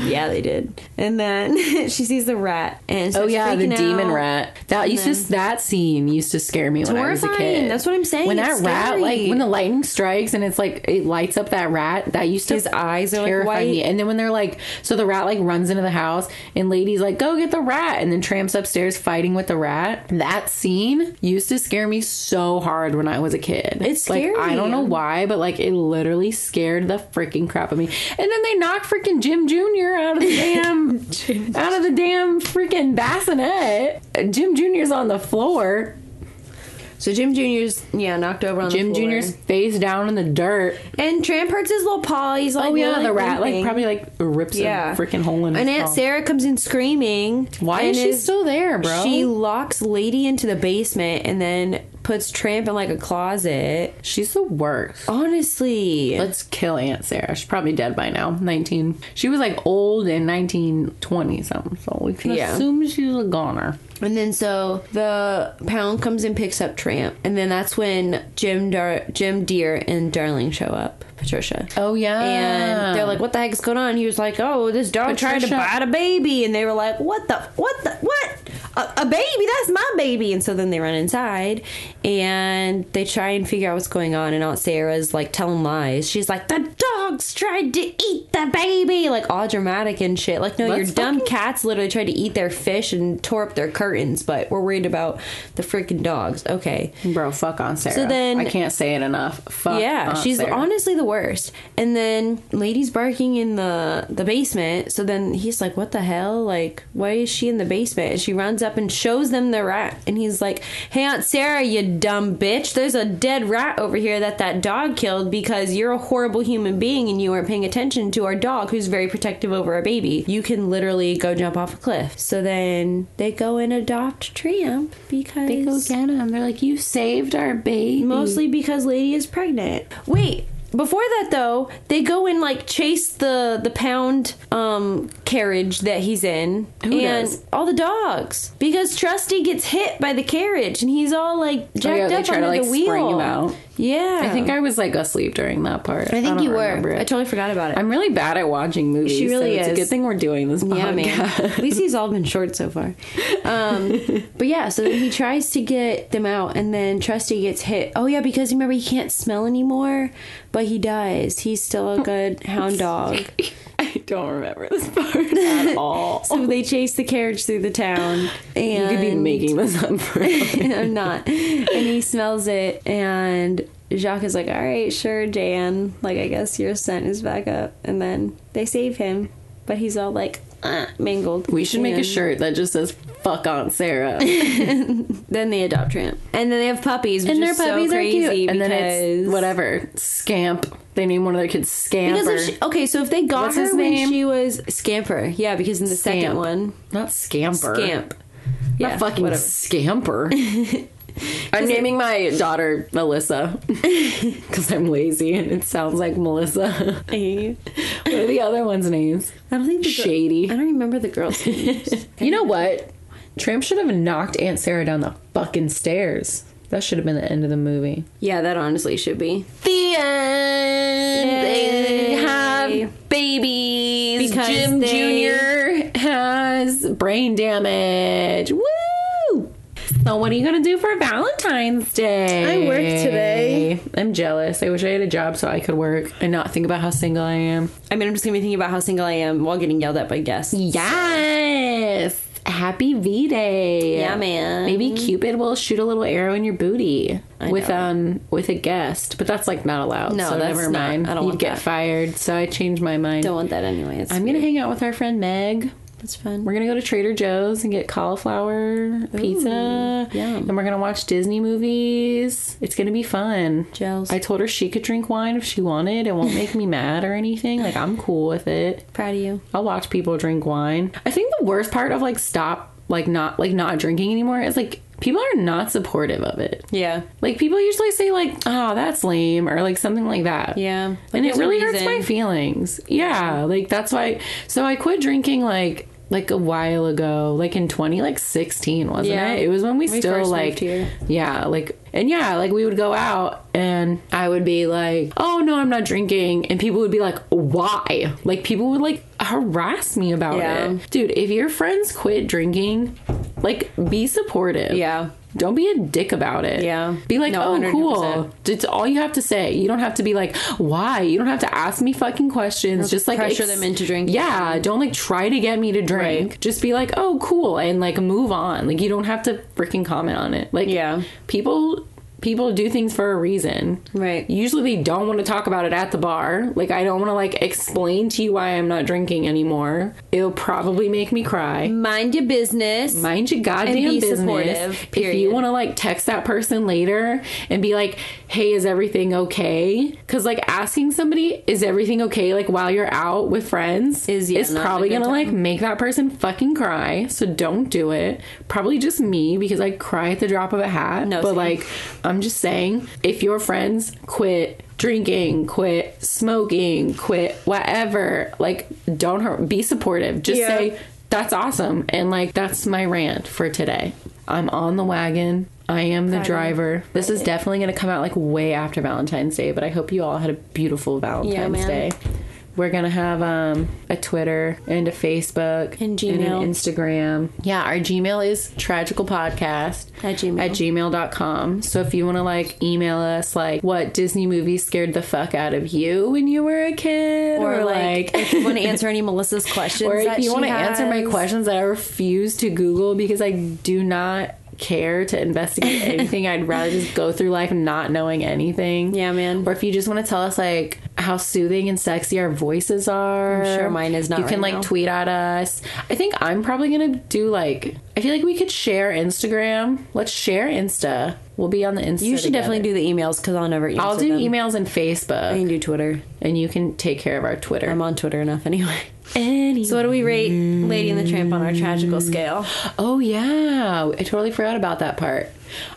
[SPEAKER 2] Yeah, they did. And then she sees the rat, and
[SPEAKER 1] oh
[SPEAKER 2] starts
[SPEAKER 1] yeah, the
[SPEAKER 2] freaking
[SPEAKER 1] demon
[SPEAKER 2] out.
[SPEAKER 1] rat. That used to that scene used to scare me when I was a
[SPEAKER 2] Horrifying.
[SPEAKER 1] kid.
[SPEAKER 2] That's what I'm saying.
[SPEAKER 1] When
[SPEAKER 2] It's
[SPEAKER 1] that rat,
[SPEAKER 2] scary.
[SPEAKER 1] like when the lightning strikes and it's like it lights up that rat, that used to
[SPEAKER 2] His eyes are, like,
[SPEAKER 1] terrify
[SPEAKER 2] white.
[SPEAKER 1] me. And then when they're like, so the rat like runs into the house and lady's like, go get the rat, and then tramps upstairs fighting with the rat. That scene used to scare me so hard when I was a kid.
[SPEAKER 2] It's
[SPEAKER 1] like I
[SPEAKER 2] scary.
[SPEAKER 1] don't know why, but like it literally scared the freaking crap out of me. And then they knock freaking Jim Jr. out of the damn out of the damn freaking bassinet. Jim Jr.'s on the floor.
[SPEAKER 2] So Jim Jr.'s yeah knocked over on
[SPEAKER 1] Jim
[SPEAKER 2] the floor.
[SPEAKER 1] Jr.'s face down in the dirt.
[SPEAKER 2] and Tramp hurts his little paw. He's like
[SPEAKER 1] Oh yeah,
[SPEAKER 2] really
[SPEAKER 1] the rat like
[SPEAKER 2] limping.
[SPEAKER 1] probably like rips
[SPEAKER 2] yeah
[SPEAKER 1] a freaking hole in his
[SPEAKER 2] And Aunt
[SPEAKER 1] skull.
[SPEAKER 2] Sarah comes in screaming.
[SPEAKER 1] Why is
[SPEAKER 2] and
[SPEAKER 1] she still there, bro?
[SPEAKER 2] She locks Lady into the basement and then puts Tramp in like a closet.
[SPEAKER 1] she's the worst.
[SPEAKER 2] Honestly,
[SPEAKER 1] Let's kill Aunt Sarah. She's probably dead by now. Nineteen. She was like old in nineteen twenty something. So we can
[SPEAKER 2] Yeah.
[SPEAKER 1] assume she's a goner.
[SPEAKER 2] And then so the pound comes and picks up Tramp, and then that's when Jim Dar- Jim Deer and Darling show up, Patricia.
[SPEAKER 1] Oh yeah.
[SPEAKER 2] And they're like, "What the heck is going on?" He was like, "Oh, this dog tried to
[SPEAKER 1] Patricia-
[SPEAKER 2] bite a baby," and they were like, "What the? What the? What? A, a baby? That's my baby!" And so then they run inside, and they try and figure out what's going on. And Aunt Sarah's like telling lies. She's like, "The dogs tried to eat the baby," like all dramatic and shit. Like, no, your
[SPEAKER 1] Let's
[SPEAKER 2] dumb cats literally tried to eat their fish and tore up their curtains, but we're worried about the freaking dogs. Okay,
[SPEAKER 1] Bro, fuck on Sarah.
[SPEAKER 2] So then-
[SPEAKER 1] I can't say it enough. Fuck.
[SPEAKER 2] yeah,
[SPEAKER 1] Aunt
[SPEAKER 2] she's
[SPEAKER 1] Sarah.
[SPEAKER 2] honestly the worst. And then lady's barking in the the basement. So then he's like, "What the hell? Like, why is she in the basement?" And she runs up and shows them the rat. And he's like, "Hey, Aunt Sarah, you dumb bitch! There's a dead rat over here that that dog killed because you're a horrible human being and you weren't paying attention to our dog, who's very protective over our baby. You can literally go jump off a cliff." So then they go and adopt Tramp because
[SPEAKER 1] They go get him. They're like, you saved our baby.
[SPEAKER 2] Mostly because Lady is pregnant. Wait, before that though, they go and like chase the the pound um carriage that he's in
[SPEAKER 1] Who
[SPEAKER 2] and
[SPEAKER 1] does?
[SPEAKER 2] all the dogs because Trusty gets hit by the carriage and he's all like jacked
[SPEAKER 1] Oh, yeah, they
[SPEAKER 2] up
[SPEAKER 1] try to,
[SPEAKER 2] under
[SPEAKER 1] like,
[SPEAKER 2] the wheel.
[SPEAKER 1] spring him out.
[SPEAKER 2] Yeah.
[SPEAKER 1] I think I was like asleep during that part.
[SPEAKER 2] I think
[SPEAKER 1] don't
[SPEAKER 2] you were.
[SPEAKER 1] remember it.
[SPEAKER 2] I totally forgot about it.
[SPEAKER 1] I'm really bad at watching movies.
[SPEAKER 2] She really
[SPEAKER 1] so It's a
[SPEAKER 2] is.
[SPEAKER 1] good thing we're doing this.
[SPEAKER 2] Yeah,
[SPEAKER 1] podcast.
[SPEAKER 2] man. At least he's all been short so far. Um, but yeah, so then he tries to get them out, and then Trusty gets hit. Oh yeah, because remember he can't smell anymore, but he does. He's still a good hound dog.
[SPEAKER 1] I don't remember this part at all.
[SPEAKER 2] So they chase the carriage through the town, and
[SPEAKER 1] you could be making this up for real.
[SPEAKER 2] I'm not. And he smells it, and Jacques is like, "All right, sure, Dan. Like, I guess your scent is back up." And then they save him, but he's all like. Uh, mangled.
[SPEAKER 1] We should make a
[SPEAKER 2] And-
[SPEAKER 1] shirt that just says "fuck Aunt Sarah."
[SPEAKER 2] Then they adopt Tramp, and then they have puppies, which and is so crazy
[SPEAKER 1] And then
[SPEAKER 2] because
[SPEAKER 1] it's whatever scamp. They name one of their kids
[SPEAKER 2] Because
[SPEAKER 1] Scamper.
[SPEAKER 2] if she, okay, so if they got
[SPEAKER 1] What's
[SPEAKER 2] her
[SPEAKER 1] his
[SPEAKER 2] when
[SPEAKER 1] name?
[SPEAKER 2] she was Scamper, yeah, because in the second
[SPEAKER 1] Scamp.
[SPEAKER 2] one,
[SPEAKER 1] Not Scamper.
[SPEAKER 2] Scamp,
[SPEAKER 1] Not
[SPEAKER 2] yeah,
[SPEAKER 1] fucking
[SPEAKER 2] whatever.
[SPEAKER 1] Scamper. I'm naming my daughter Melissa because I'm lazy and it sounds like Melissa.
[SPEAKER 2] I
[SPEAKER 1] what are the other ones' names?
[SPEAKER 2] don't think the girl-
[SPEAKER 1] Shady.
[SPEAKER 2] I don't remember the girl's names.
[SPEAKER 1] You know what? Tramp should have knocked Aunt Sarah down the fucking stairs. That should have been the end of the movie.
[SPEAKER 2] yeah, that honestly should be
[SPEAKER 3] The end. They
[SPEAKER 2] Yay.
[SPEAKER 3] have babies.
[SPEAKER 2] Because
[SPEAKER 3] Jim
[SPEAKER 2] they-
[SPEAKER 1] Junior has brain damage. Woo! So what are you gonna do for Valentine's Day?
[SPEAKER 2] I worked today.
[SPEAKER 1] I'm jealous. I wish I had a job so I could work and not think about how single I am.
[SPEAKER 2] I mean, I'm just gonna be thinking about how single I am while getting yelled at by guests.
[SPEAKER 1] Yes. Happy V Day.
[SPEAKER 2] Yeah, man.
[SPEAKER 1] Maybe Cupid will shoot a little arrow in your booty
[SPEAKER 2] Mm-hmm. I
[SPEAKER 1] with
[SPEAKER 2] know.
[SPEAKER 1] um with a guest, but that's like not allowed.
[SPEAKER 2] No,
[SPEAKER 1] so
[SPEAKER 2] that's
[SPEAKER 1] never
[SPEAKER 2] not-
[SPEAKER 1] mind.
[SPEAKER 2] I don't
[SPEAKER 1] You'd
[SPEAKER 2] want
[SPEAKER 1] get
[SPEAKER 2] that.
[SPEAKER 1] fired. So I changed my mind.
[SPEAKER 2] Don't want that anyway. It's
[SPEAKER 1] I'm gonna hang out with our friend Meg.
[SPEAKER 2] That's fun.
[SPEAKER 1] We're gonna go to Trader Joe's and get cauliflower pizza.
[SPEAKER 2] yum.
[SPEAKER 1] And we're gonna watch Disney movies. It's gonna be fun.
[SPEAKER 2] Gels.
[SPEAKER 1] I told her she could drink wine if she wanted. It won't make me mad or anything. Like I'm cool with it.
[SPEAKER 2] Proud of you.
[SPEAKER 1] I'll watch people drink wine. I think the worst part of like stop like not like not drinking anymore is like people are not supportive of it.
[SPEAKER 2] Yeah,
[SPEAKER 1] Like people usually say like, "Oh, that's lame," or like something like that.
[SPEAKER 2] Yeah. Like,
[SPEAKER 1] and it
[SPEAKER 2] there's a
[SPEAKER 1] really hurts
[SPEAKER 2] reason.
[SPEAKER 1] my feelings. Yeah, like that's why so I quit drinking like like a while ago, like in 20, like 16, wasn't
[SPEAKER 2] Yeah.
[SPEAKER 1] it? It was when we,
[SPEAKER 2] We
[SPEAKER 1] still
[SPEAKER 2] first
[SPEAKER 1] like,
[SPEAKER 2] moved here.
[SPEAKER 1] yeah, like, and yeah, like we would go out and I would be like, oh no, I'm not drinking. And people would be like, why? Like people would like harass me about
[SPEAKER 2] Yeah.
[SPEAKER 1] it. Dude, if your friends quit drinking, like be supportive.
[SPEAKER 2] Yeah.
[SPEAKER 1] Don't be a dick about it.
[SPEAKER 2] Yeah.
[SPEAKER 1] Be like,
[SPEAKER 2] No,
[SPEAKER 1] oh,
[SPEAKER 2] 100%.
[SPEAKER 1] cool. It's all you have to say. You don't have to be like, why? You don't have to ask me fucking questions. Just like
[SPEAKER 2] pressure them into drinking.
[SPEAKER 1] Yeah. Don't like try to get me to drink. Just be like, oh, cool. And like move on. Like you don't have to freaking comment on it. Like,
[SPEAKER 2] Yeah.
[SPEAKER 1] People. People do things for a reason.
[SPEAKER 2] Right.
[SPEAKER 1] Usually they don't want to talk about it at the bar. Like I don't want to like explain to you why I'm not drinking anymore. It'll probably make me cry
[SPEAKER 2] Mind your business.
[SPEAKER 1] mind your goddamn
[SPEAKER 2] be
[SPEAKER 1] business.
[SPEAKER 2] supportive,
[SPEAKER 1] If you
[SPEAKER 2] period.
[SPEAKER 1] want to like text that person later and be like, "Hey, is everything okay?" Because like asking somebody, "Is everything okay?" Like while you're out with friends,
[SPEAKER 2] Is, yeah, not a
[SPEAKER 1] probably
[SPEAKER 2] good
[SPEAKER 1] gonna like
[SPEAKER 2] time.
[SPEAKER 1] make that person fucking cry. So don't do it. Probably just me because I cry at the drop of a hat.
[SPEAKER 2] No,
[SPEAKER 1] but
[SPEAKER 2] same.
[SPEAKER 1] like I'm just saying, if your friends quit. Drinking, quit smoking, quit whatever. Like, don't hurt. Be supportive. Just
[SPEAKER 2] Yeah.
[SPEAKER 1] say, that's awesome. And like, that's my rant for today. I'm on the wagon. I am the driver. This is definitely going to come out like way after Valentine's Day, but I hope you all had a beautiful Valentine's
[SPEAKER 2] man.
[SPEAKER 1] Day. We're going to have um, a Twitter and a Facebook
[SPEAKER 2] And
[SPEAKER 1] an
[SPEAKER 2] Gmail.
[SPEAKER 1] Instagram. Yeah, our Gmail is tragicalpodcast
[SPEAKER 2] At Gmail.
[SPEAKER 1] at gmail.com. So if you want to like email us, like what Disney movie scared the fuck out of you when you were a kid,
[SPEAKER 2] or, like, if you want to answer any Melissa's questions,
[SPEAKER 1] or if
[SPEAKER 2] that
[SPEAKER 1] you
[SPEAKER 2] she
[SPEAKER 1] want to answer my
[SPEAKER 2] has.
[SPEAKER 1] questions that I refuse to Google because I do not care to investigate anything. I'd rather just go through life not knowing anything.
[SPEAKER 2] Yeah, man.
[SPEAKER 1] Or if you just want to tell us like how soothing and sexy our voices are.
[SPEAKER 2] sure mine is not
[SPEAKER 1] You can like
[SPEAKER 2] right now.
[SPEAKER 1] tweet at us. I think I'm probably gonna do like I feel like we could share Instagram. Let's share Insta. We'll be on the Insta.
[SPEAKER 2] You should definitely
[SPEAKER 1] together.
[SPEAKER 2] do the emails because I'll never. Answer
[SPEAKER 1] I'll do
[SPEAKER 2] them.
[SPEAKER 1] emails and
[SPEAKER 2] I
[SPEAKER 1] Facebook,
[SPEAKER 2] can do Twitter.
[SPEAKER 1] and you can take care of our Twitter.
[SPEAKER 2] I'm on Twitter enough anyway.
[SPEAKER 1] Any-
[SPEAKER 2] So what do we rate Lady and the Tramp on our tragical scale?
[SPEAKER 1] Oh yeah, I totally forgot about that part.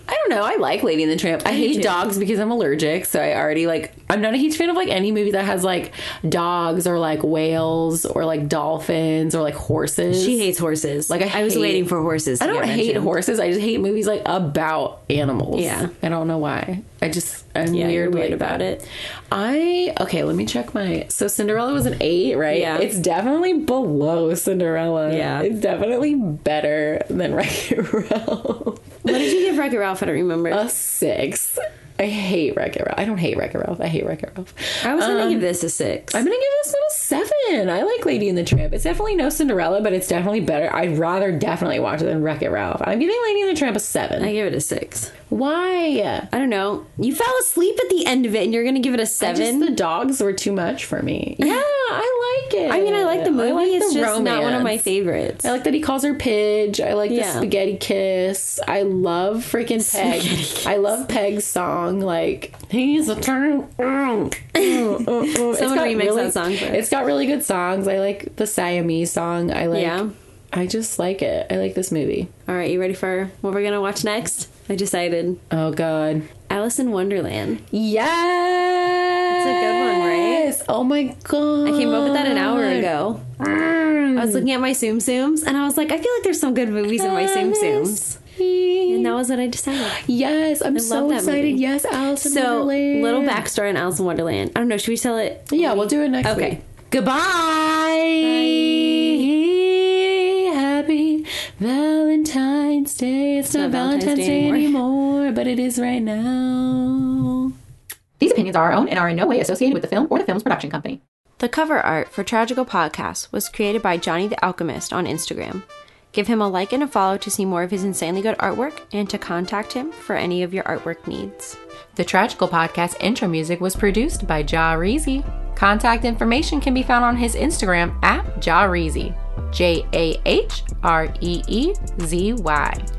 [SPEAKER 1] I don't know. I like Lady and the Tramp. I, hate
[SPEAKER 2] too.
[SPEAKER 1] dogs because I'm allergic, so I already like. I'm not a huge fan of like any movie that has like dogs or like whales or like dolphins or like horses.
[SPEAKER 2] She hates horses.
[SPEAKER 1] Like, I
[SPEAKER 2] was
[SPEAKER 1] hate-
[SPEAKER 2] waiting for horses. To
[SPEAKER 1] I don't
[SPEAKER 2] get
[SPEAKER 1] hate
[SPEAKER 2] mentioned.
[SPEAKER 1] horses. I just hate movies like about animals.
[SPEAKER 2] Yeah.
[SPEAKER 1] I don't know why. I just I'm
[SPEAKER 2] Yeah,
[SPEAKER 1] weird,
[SPEAKER 2] you're
[SPEAKER 1] like
[SPEAKER 2] weird about
[SPEAKER 1] that.
[SPEAKER 2] it.
[SPEAKER 1] I okay. Let me check my. So Cinderella was an eight, right?
[SPEAKER 2] Yeah.
[SPEAKER 1] It's definitely below Cinderella.
[SPEAKER 2] Yeah.
[SPEAKER 1] It's definitely better than Wreck It Ralph.
[SPEAKER 2] What did you give Wreck-It Ralph? I don't remember.
[SPEAKER 1] A six. I hate Wreck It Ralph. I don't hate Wreck It Ralph. I hate Wreck It Ralph.
[SPEAKER 2] I was gonna
[SPEAKER 1] Um,
[SPEAKER 2] give this a six.
[SPEAKER 1] I'm gonna give this one a seven. I like Lady and the Tramp. It's definitely no Cinderella, but it's definitely better. I'd rather definitely watch it than Wreck It Ralph. I'm giving Lady and the Tramp a seven.
[SPEAKER 2] I give it a six.
[SPEAKER 1] Why?
[SPEAKER 2] I don't know. You fell asleep at the end of it, and you're gonna give it a
[SPEAKER 1] Just
[SPEAKER 2] seven.
[SPEAKER 1] the dogs were too much for me. Yeah, I like it.
[SPEAKER 2] I mean, I like the movie.
[SPEAKER 1] like
[SPEAKER 2] it's
[SPEAKER 1] the
[SPEAKER 2] just not one of my
[SPEAKER 1] romance.
[SPEAKER 2] favorites.
[SPEAKER 1] I like that he calls her Pidge. I like
[SPEAKER 2] Yeah.
[SPEAKER 1] the spaghetti kiss. I love freaking Peg. I love Peg's song. Like he's a turn. Mm, Someone
[SPEAKER 2] Someone remix that song for us.
[SPEAKER 1] It's got really good songs. I like the Siamese song. I like.
[SPEAKER 2] Yeah.
[SPEAKER 1] I just like it. I like this movie.
[SPEAKER 2] All right, you ready for what we're gonna watch next? I decided
[SPEAKER 1] Oh God.
[SPEAKER 2] Alice in Wonderland.
[SPEAKER 1] Yes.
[SPEAKER 2] It's a good one, right?
[SPEAKER 1] Oh my God. Mm.
[SPEAKER 2] I came up with that an hour ago. I was looking at my Tsum Tsums and I was like, I feel like there's some good movies in my Tsum Tsums. And that was what I decided.
[SPEAKER 1] Yes, I'm so
[SPEAKER 2] love that
[SPEAKER 1] excited.
[SPEAKER 2] movie.
[SPEAKER 1] Yes, Alice in
[SPEAKER 2] So,
[SPEAKER 1] Wonderland.
[SPEAKER 2] little backstory on Alice in Wonderland. I don't know, should we tell it?
[SPEAKER 1] Yeah, we'll do it next
[SPEAKER 2] Okay.
[SPEAKER 1] week. Goodbye. Happy Valentine's Day. It's, not, Valentine's, Day anymore, but it is right now.
[SPEAKER 4] These opinions are our own and are in no way associated with the film or the film's production company.
[SPEAKER 2] The cover art for Tragical Podcast was created by Johnny the Alchemist on Instagram. Give him a like and a follow to see more of his insanely good artwork and to contact him for any of your artwork needs.
[SPEAKER 4] The Tragical Podcast intro music was produced by Ja Reezy. Contact information can be found on his Instagram at Ja Reezy. J A H R E E Z Y.